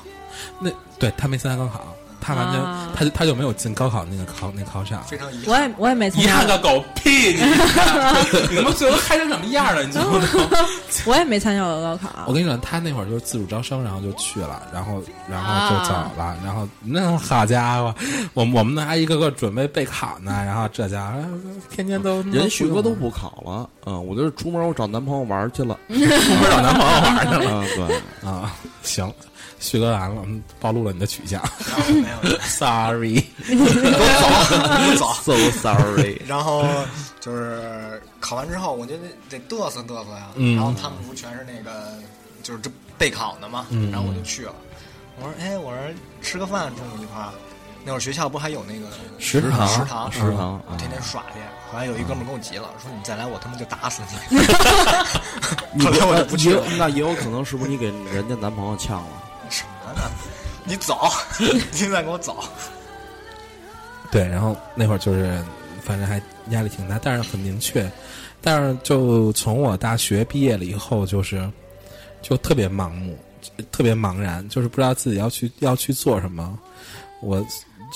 S5: 那对他没参加高考，他完全、
S6: 啊
S5: 他就他就没有进高考那个考那考场。
S3: 非常遗
S6: 我
S3: 憾。
S6: 也我也没
S5: [laughs]
S6: 参
S5: 遗憾
S6: 加，
S5: 个狗屁！你 [laughs] 你他妈最后嗨成什么样了？你知道吗？
S6: 我也没参加过高
S5: 我
S6: 考。啊
S5: 跟你讲，他那会儿就是自主招生，然后就去了，然后然后就走了，
S4: 啊
S5: 然后那好家伙，我们我们那还一个个准备备考呢，然后这家伙天天都
S4: 人旭哥都不考了，嗯，我就是出门我找男朋友玩儿去 [laughs] 了，
S5: 出门找男朋友玩去了
S4: 啊，对，
S5: 啊！行，旭哥完了，我们暴露了你的取
S4: [laughs]
S5: 向
S3: 然后啊没有，
S5: ，sorry。
S3: 我走，我走。
S4: [laughs] so
S3: [laughs]
S4: sorry，
S3: 然后就是考完之后，我觉得得嘚瑟嘚瑟呀。
S4: 嗯
S3: 然后他们不全是那个就是这备考的嘛，
S4: 嗯
S3: 然后我就去了。我说，哎，我说吃个饭，中午一块儿。那会儿学校不还有那个
S4: 食堂
S3: 食堂，
S4: 食堂啊嗯
S3: 我天天耍去。后来有一哥们儿跟我急了，说你再来我他妈就打死你。 [laughs]
S4: 你
S3: 后来我就不去
S4: 也
S3: 了
S4: 有。那也有可能是不是你给人家男朋友呛了？
S3: 什么呢？啊你走， [laughs] 你现在给我走。
S5: 对，然后那会儿就是，反正还压力挺大，但是很明确。但是就从我大学毕业了以后，就是就特别盲目，特别茫然，就是不知道自己要去要去做什么。我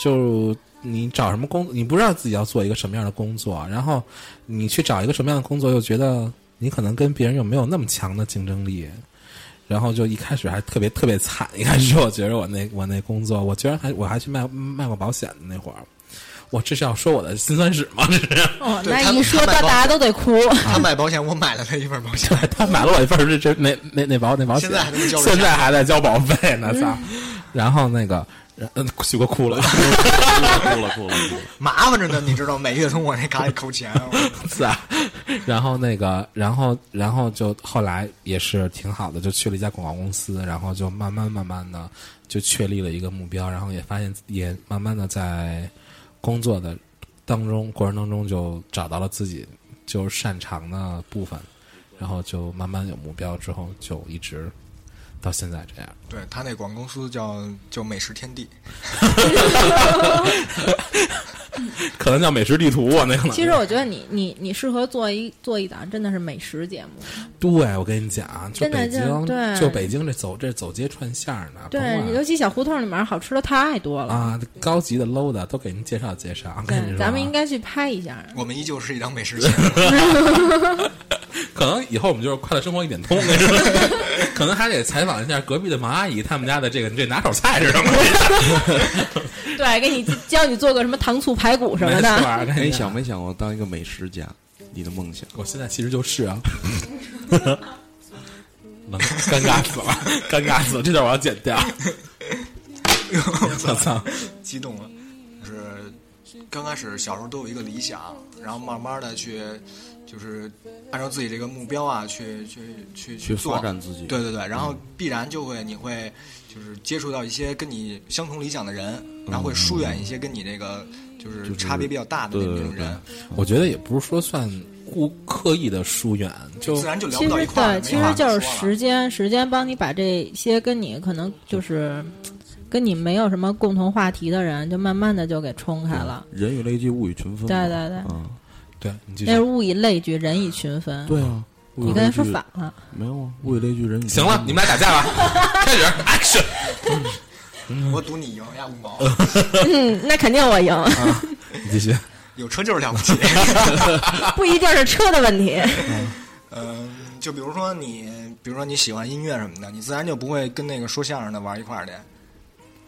S5: 就你找什么工，你不知道自己要做一个什么样的工作，啊然后你去找一个什么样的工作，又觉得你可能跟别人又没有那么强的竞争力。然后就一开始还特别特别惨，一开始我觉得我那我那工作，我居然还我还去卖卖过保险的那会儿，我这是要说我的辛酸史吗？ [laughs] 这是
S6: 哦，
S3: 对
S6: 那
S3: 他
S6: 一说
S3: 他
S6: 到
S3: 买高
S6: 大家都得哭。
S4: 嗯
S3: 他买保险，我买了他一份保险。
S5: 他买了我一份儿这这那那那保那保险，
S3: 现在还这么交着钱
S5: 现在还在交保费呢，操！然后那个，嗯，许哥哭了，
S4: 哭了哭了哭了，
S3: 麻烦着呢，你知道，每月从我那卡里扣钱。我
S5: 是啊， [laughs] 然后那个，然后然后就后来也是挺好的，就去了一家广告公司，然后就慢慢慢慢的就确立了一个目标，然后也发现也慢慢的在工作的当中过程当中就找到了自己就是擅长的部分，然后就慢慢有目标之后就一直到现在这样。
S3: 对他那广告公司叫叫美食天地，
S5: [laughs] 可能叫美食地图啊，那可能。
S6: 其实我觉得你你你适合做一做一档真的是美食节目，
S5: 对，我跟你讲，啊就
S6: 真的
S5: 北京，
S6: 就是对
S5: 就北京这走这走街串巷儿呢，甭管
S6: 对，尤其小胡同里面好吃的太多了。
S5: 啊，高级的 low 的都给您介绍介绍。我
S6: 对
S5: 跟你说啊，
S6: 咱们应该去拍一下。
S4: [laughs]
S3: 我们依旧是一档美食节目。
S5: 可能以后我们就是快乐生活一点通，跟你说可能还得采访一下隔壁的王阿姨他们家的这个这拿手菜是什么？
S6: 对，给你教你做个什么糖醋排骨什
S5: 没
S6: 么
S5: 错
S6: 的。
S5: 儿，
S4: 哎，
S5: 你
S4: 你 [laughs] 想，没想过当一个美食家，你的梦想？
S5: 我现在其实就是啊，冷尴尬死了，尴尬死了，这段我要剪掉。我操！
S3: 激动了，就是刚开始小时候都有一个理想，然后慢慢的去，就是按照自己这个目标啊，去去去
S4: 去
S3: 做
S4: 发展自己嗯
S3: 对对对，然后必然就会你会就是接触到一些跟你相同理想的人，然后会疏远一些跟你这个就是差别比较大的那
S4: 对对
S3: 那种人，
S5: 我觉得也不是说算故刻意的疏远，就
S3: 自然就聊
S6: 其
S3: 不到一
S6: 实
S3: 块儿
S6: 对，
S3: 了。
S6: 其
S3: 没
S6: 实
S3: 话
S6: 就是
S3: 说了
S6: 时间，时间帮你把这些跟你可能就是跟你没有什么共同话题的人，就慢慢的就给冲开了。
S4: 人以类聚，物以群
S3: 嗯
S4: 分嘛。
S6: 对对对
S4: 啊，
S5: 对你继续
S6: 那是物以类聚，人以群分。
S4: 对啊。物以
S6: 你刚才
S4: 类
S6: 说
S4: 聚
S6: 反了，
S4: 没有啊？物以类聚，人以
S5: 行了，你们俩打架吧，开始 action。
S3: 我赌你赢哎呀，五毛，
S6: 嗯，那肯定
S3: [laughs]
S6: 我赢，
S5: 继续，
S3: 有车就是了不起。
S6: 不一定是车的问题。
S3: 嗯，就比如说你，比如说你喜欢音乐什么的，你自然就不会跟那个说相声的玩一块儿去，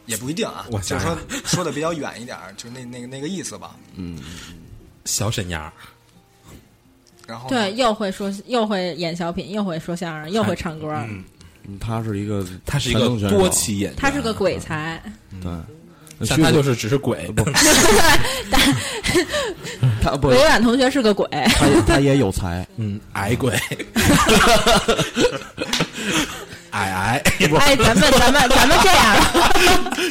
S3: 也不一定啊。
S5: 我
S3: 就
S5: 想
S3: 是
S5: 想
S3: 说说的比较远一点儿，就那那个那个意思吧。
S5: 小沈阳，
S3: 然后呢
S6: 对，又会说，又会演小品，又会说相声，又会唱歌。
S4: 嗯他是一个，
S5: 他是一个多期演员，
S6: 他是个
S3: 啊
S6: 鬼才，
S3: [laughs]
S4: 嗯对，
S5: 但他就是只是鬼， [laughs] 不，
S4: 他不
S6: 委，婉同学是个鬼。
S4: 他也他也有才，
S5: 嗯，矮 [laughs] 鬼，矮矮
S6: 哎，咱们咱们咱们这样吧，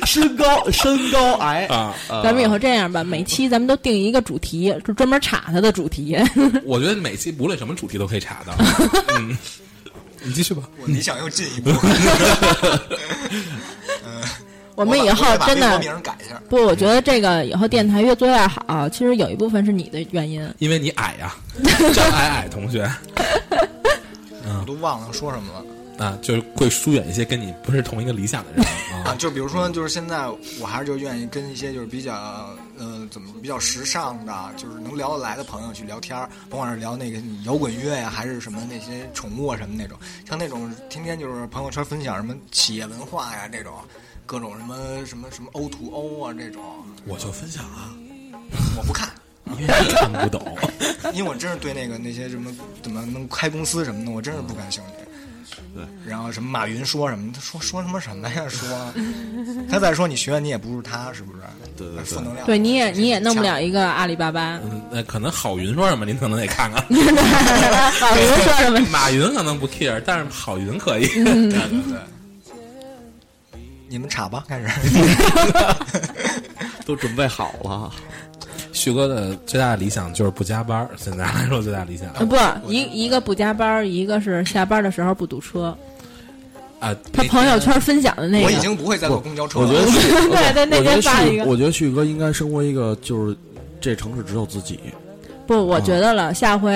S4: 身高身高矮，
S5: 啊！
S4: 呃
S6: 咱们以后这样吧，每期咱们都定一个主题，就专门查他的主题。
S5: [laughs]
S6: [laughs]
S5: 我觉得每期无论什么主题都可以查 [laughs] 到。嗯，你继续吧。
S3: 我理想又进一步，
S6: [laughs] 我们以后
S3: 我把
S6: 真
S3: 我把微博
S6: 的
S3: 名儿改一下。
S6: 不，我觉得这个以后电台越做越好，其实有一部分是你的原因。
S5: 因为你矮呀、张矮矮同学
S3: 我都忘了说什么了
S5: 啊，就是会疏远一些跟你不是同一个理想的人
S3: 啊！
S5: 啊。
S3: 就比如说，就是现在我还是就愿意跟一些就是比较呃怎么说比较时尚的，就是能聊得来的朋友去聊天儿，甭管是聊那个你摇滚乐呀、还是什么那些宠物啊什么那种，像那种天天就是朋友圈分享什么企业文化呀这种。各种什么什么什么 O to O 啊，这种
S5: 我就分享啊了，
S3: 我不看，
S5: [laughs] 因为你看不懂。
S3: [laughs] 因为我真是对那个那些什么怎么能开公司什么的，我真是不感兴趣。对，然后什么马云说什么，他说说他妈什么呀？说，他再说你学你也不是他，是不是？对对对，负能量。
S6: 对，你也你也弄不了一个阿里巴巴。
S5: 嗯，那可能郝云说什么，您可能得看看。
S3: 嗯
S6: [laughs] 老刘说什么？
S3: [laughs]
S5: 马云可能不 care，但是郝云可以。 [laughs]
S3: 你们查吧，开始。
S6: [laughs]
S4: 都准备好了，
S5: 旭哥的最大的理想就是不加班儿，现在来说最大的理想
S3: 嗯
S6: 呃不，一一个不加班儿，一个是下班的时候不堵车。
S5: 啊，
S6: 他朋友圈分享的那个，
S3: 我已经不会再坐公交车
S4: 我
S3: 了。
S4: 觉得旭，
S6: [laughs] 对对，那
S4: 我觉
S6: 天
S4: 得
S6: 发一
S4: 旭，
S6: 个。
S4: 我觉得旭哥应该生活一个就是这城市只有自己，
S6: 不，我
S4: 嗯
S6: 觉得了，下回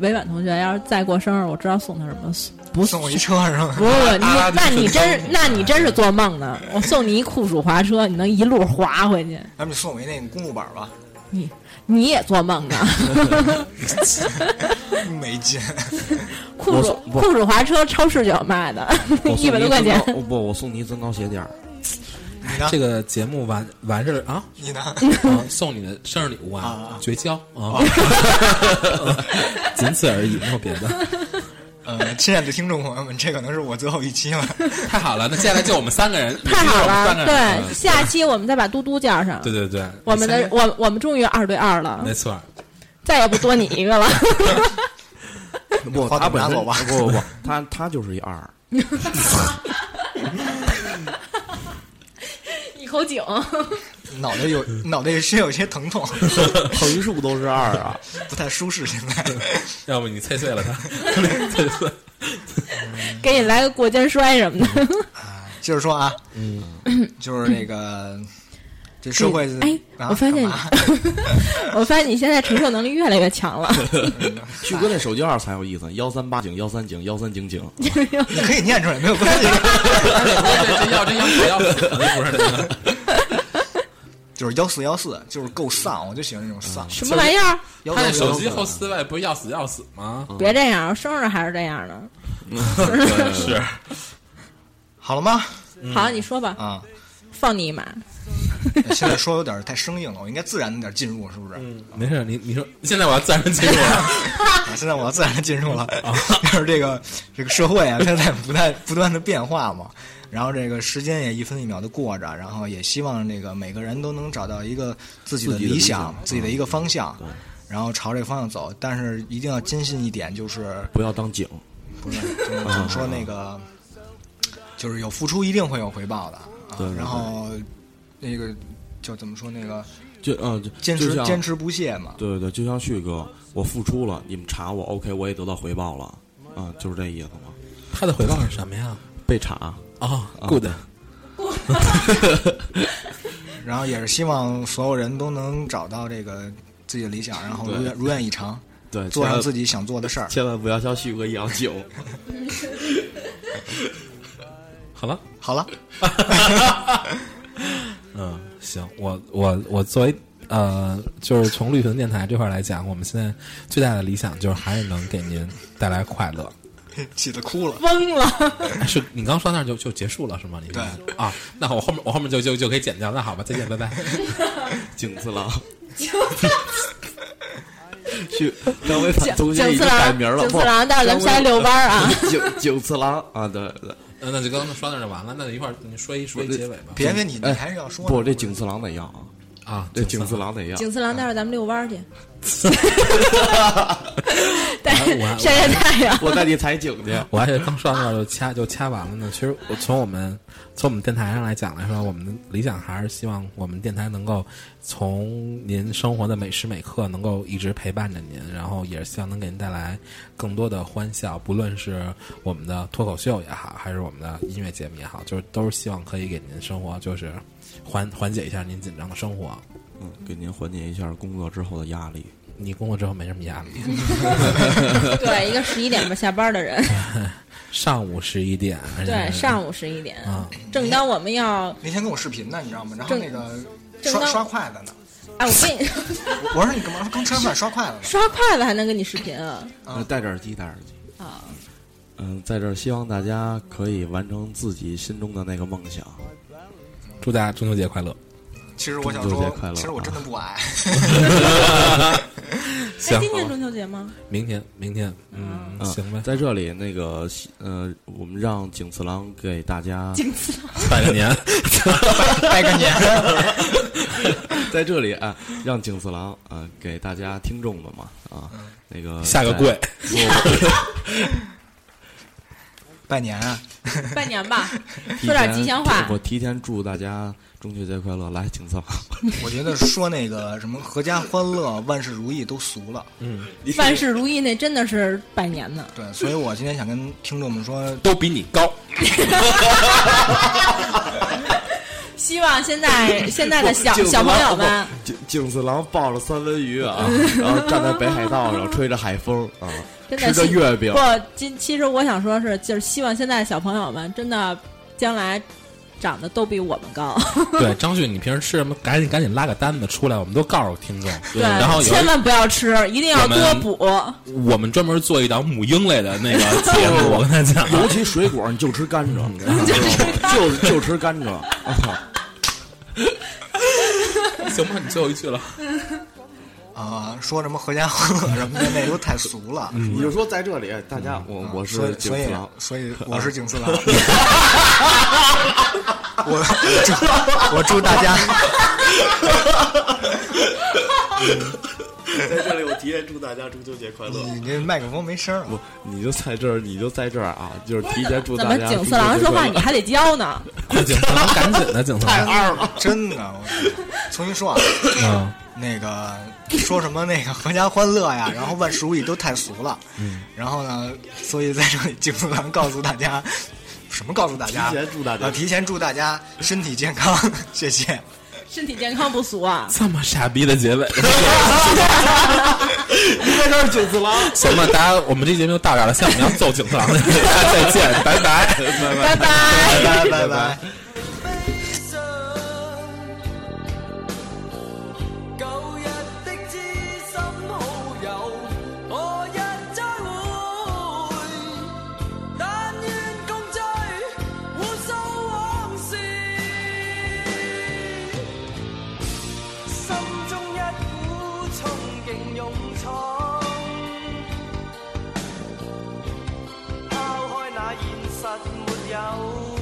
S6: 委婉同学要是再过生日，我知道送他什么。
S3: 不 [laughs] 送我一车是吗？
S6: 不是不，你
S5: 阿拉丁
S6: 那你
S5: 神
S6: 真是
S5: 灯
S6: 那你真是做梦呢！我送你一酷暑滑车，你能一路滑回去，
S3: 要不你送我一那个公路板吧， [laughs]
S6: 你你也做梦呢。
S3: 没劲。
S6: 酷暑
S4: 我送不
S6: 酷暑滑车超市就有卖的
S4: 我，送
S6: 一百
S4: 你
S6: 多块钱
S4: 增。高哦不，我送你一增高鞋
S3: [laughs]
S4: 垫儿，
S3: 你呢？
S5: 这个节目完完事儿 [laughs] 啊，
S3: 你呢？
S5: 啊送你的生日礼物啊
S3: 啊，
S5: 哦绝交啊， [laughs] 仅此而已，没有别的。 [laughs]
S3: 呃，亲爱的听众朋友们，这可能是我最后一期了。
S5: 太好了，那接下来就我们三个人，
S6: 太好
S5: 我们三
S6: 了，
S5: 个人啊
S6: 对，下期我们再把嘟嘟叫
S5: 嗯
S6: 上。
S5: 对对对，
S6: 我们
S5: 三
S6: 的
S5: 个
S6: 我我们终于二对二了
S5: 没，错，
S6: 再也不多你一个了。
S4: 不，
S3: 话筒
S4: 他本
S3: 拿
S4: 身
S3: 走吧
S4: 不不不，他他就是
S3: [laughs]
S4: 一二，
S6: 一口井，
S3: 脑袋有脑袋是有些疼痛，
S4: 横竖都是二
S3: [laughs]
S4: 啊，
S3: 不太舒适现在。
S5: 要不你脆碎了 [laughs] 他，脆碎。
S6: 给你来个过肩摔什么的。
S3: 接着说啊，嗯，就是那
S6: [laughs]
S3: 个这社会，
S6: 哎，
S3: 啊
S6: 我发现
S3: 干
S6: [laughs] 你
S3: 嘛，
S6: 我发现你现在承受能力越来越强了。
S4: 旭哥那手机号才有意思，幺三八井幺三井幺三井
S6: [laughs]
S4: 井，
S3: 你可以念出来，没有关系。 [laughs]
S5: 这这要这要不要死，不是那个。
S3: 就是幺四幺四，就是够丧，我就喜欢那种丧。
S6: 什么玩意儿？
S3: 幺
S5: 他那
S3: 四
S5: 手机后四位不是要死要死吗？ [laughs]
S7: 别这样，生日还是这样的。
S5: 是，
S3: 好了吗？
S6: 好，你说吧，
S3: 啊，
S7: 放你一马，
S3: 现在说有点太生硬了，我应该自然一点进入，是
S6: 嗯
S3: 不是？
S5: 没事，你你说现在我要自然进入了，
S3: 啊，现在我要自然的进入了，就是这个这个社会啊，它在不断不断的变化嘛，然后这个时间也一分一秒的过着，然后也希望这个每个人都能找到一个自己的
S4: 自己的
S3: 理
S4: 理
S3: 想
S4: 想，嗯
S3: 自己的一个方向，然后朝这个方向走，但是一定要坚信一
S4: [laughs]
S3: 点，就是
S4: 不要当警，
S3: 不是就是
S4: 嗯
S3: 怎么说那个，就是有付出一定会有回报的，啊、
S4: 对对对
S3: 然后那个就怎么说那个
S4: 就嗯，就
S3: 坚
S4: 就
S3: 持
S4: 像
S3: 坚持不懈嘛，
S4: 对对对，就像旭哥，我付出了，你们查我，OK，我也得到回报了，啊、就是这意思吗？
S5: [laughs] 他的回报是什么呀？
S4: 被查，
S5: 啊，good，
S3: 然后也是希望所有人都能找到这个自己的理想，然后如愿如愿以偿，
S4: 对，
S3: 做上
S4: 千
S3: 自己想做的事儿
S4: 万。千万不要像旭哥一样酒，
S5: 好了。
S3: 好了，
S5: 嗯，行，我我我作为呃，就是从绿藤电台这块来讲，我们现在最大的理想就是还是能给您带来快乐。
S3: [laughs] 气得哭了。
S6: 疯了， [laughs]
S5: 哎是你刚说那儿就就结束了是吗？你说
S3: 对
S5: 啊，那我后面我后面就就就可以剪掉。那好吧，再见，拜拜。 [laughs]
S4: 井字
S6: [laughs]
S4: 郎， [laughs] 去张伟反
S6: 井
S4: 东西
S6: 井
S4: 已
S6: 次
S4: 经改
S6: 郎，
S4: 名了，
S6: 井
S4: 不
S6: 次，郎，但是咱们先遛弯
S5: [laughs]
S6: 儿啊。
S4: [laughs] 井井次郎啊，对对，
S5: 那那就刚刚说那儿就完了。那一会儿你说一说一结尾吧。
S3: 别别，你你
S4: 哎
S3: 还是要说呢。
S4: 不，这井次郎得要啊，
S5: 啊，
S4: 这
S5: 景
S4: 井
S5: 色
S4: 次郎得要，
S6: 井次郎，待会儿咱们遛弯儿
S5: [laughs]
S6: 去，
S7: 带
S5: 我
S6: [laughs]
S5: 还
S7: 晒晒太
S5: [laughs]
S7: 阳。
S4: 我带你踩井去。
S5: 我还是刚说到那儿就掐就掐完了呢。其实我从我们从我们电台上来讲来说，我们的理想还是希望我们电台能够从您生活的每时每刻能够一直陪伴着您，然后也是希望能给您带来更多的欢笑，不论是我们的脱口秀也好，还是我们的音乐节目也好，就是都是希望可以给您生活就是缓缓解一下您紧张的生活。
S4: 嗯，给您缓解一下工作之后的压力。
S5: 你工作之后没什么压力，
S7: 嗯对，一个十一点半下班的
S5: 哎
S7: 人，
S5: [laughs] 上午十一点，
S7: 对，上午十一点
S5: 哎啊，
S7: 正当我们要，
S3: 那天跟我视频呢，你知道吗？然后
S7: 正
S3: 那个
S7: 正
S3: 刷
S7: 当
S3: 刷筷子呢，
S7: 哎，我跟你
S3: 我我说你干嘛？刚吃完饭刷筷子呢。
S7: 刷筷子还能跟你视频啊？
S4: 呃，戴着耳机，戴着耳机。
S7: 啊，
S4: 嗯，在这儿希望大家可以完成自己心中的那个梦想。啊
S5: 祝大家中秋节快乐！
S3: 其实我想
S4: 中秋
S3: 说
S4: 节快，乐
S3: 其实我真的不矮，
S5: 行
S7: 哎，今年中秋节吗？
S5: 明天，明天，嗯，
S4: 嗯
S5: 行呗，
S4: 在这里，那个呃，我们让井次郎给大
S5: 啊
S7: [laughs]
S4: 家
S5: 拜个年。
S3: [laughs] 拜个年。
S4: 在这里啊，让井次郎啊给大家听众们嘛啊，那个
S5: 下个跪，
S3: 拜年啊！
S6: 拜年吧，
S4: 在，
S6: 说点
S4: 提前
S6: 吉祥话
S4: 我提前祝大家中秋节快乐！来，井次郎， [laughs]
S3: 我觉得说那个什么阖家欢乐、万事如意都俗了，
S7: 万事如意那真的是拜年呢。
S3: 对，所以我今天想跟听众们说，
S5: 都比你高。
S6: 希望现在现在的小小朋友们，
S4: 井井次郎抱着三文鱼啊，然后站在北海道上吹着海风啊，
S7: 真的
S4: 吃着
S7: 希
S4: 月饼
S7: 不，今其实我想说是，就是希望现在的小朋友们真的将来长得都比我们高，
S5: 对，张旭，你平时吃什么？赶紧赶紧拉个单子出来，我们都告诉听众。
S7: [laughs] 对，
S5: 然后有
S7: 千万不要吃，一定要多补。
S5: 我们专门做一档母婴类的那个节
S3: [laughs]
S5: 目，我跟他讲，
S4: 尤其水果，你就吃甘蔗，你知道吗就就吃甘蔗。啊
S5: 行吧，你最后一句了。
S3: 啊、说什么阖家欢乐什么的，那都太俗了。
S4: 你就说在这里，大家，我我
S3: 啊所
S4: 是
S3: 以
S4: 井
S3: 所以
S4: 次郎，
S3: 所以我是井次郎。我我祝我祝大家
S4: 在这里我提前祝大家中秋节快乐。
S3: [laughs] 你这麦克风没声儿啊了，
S4: [laughs] 你就在这儿，你就在这儿啊，就是提前祝
S7: 怎
S4: 大
S7: 么
S4: 家
S7: 景次郎说话你还得教呢？
S5: 快景次郎，赶紧的，景次郎。
S3: 二了，真的。我重新说啊，
S5: 嗯，
S3: 那个说什么那个阖家欢乐呀，然后万事如意都太俗了。嗯。然后呢，所以在这里井次郎告诉大家，什么告诉大家？
S4: 提前祝大家
S3: 啊提前祝大家身体健康，谢谢。
S7: 身体健康不俗啊！
S5: 这么傻逼的
S3: [laughs]
S5: 结尾，
S4: 在这儿景次郎，
S5: 行吧，大家，我们这节目就到这儿了。像我们要揍景次郎的，大家再见，拜拜。
S7: 拜拜。
S3: 拜拜拜拜。
S8: sun. 笑。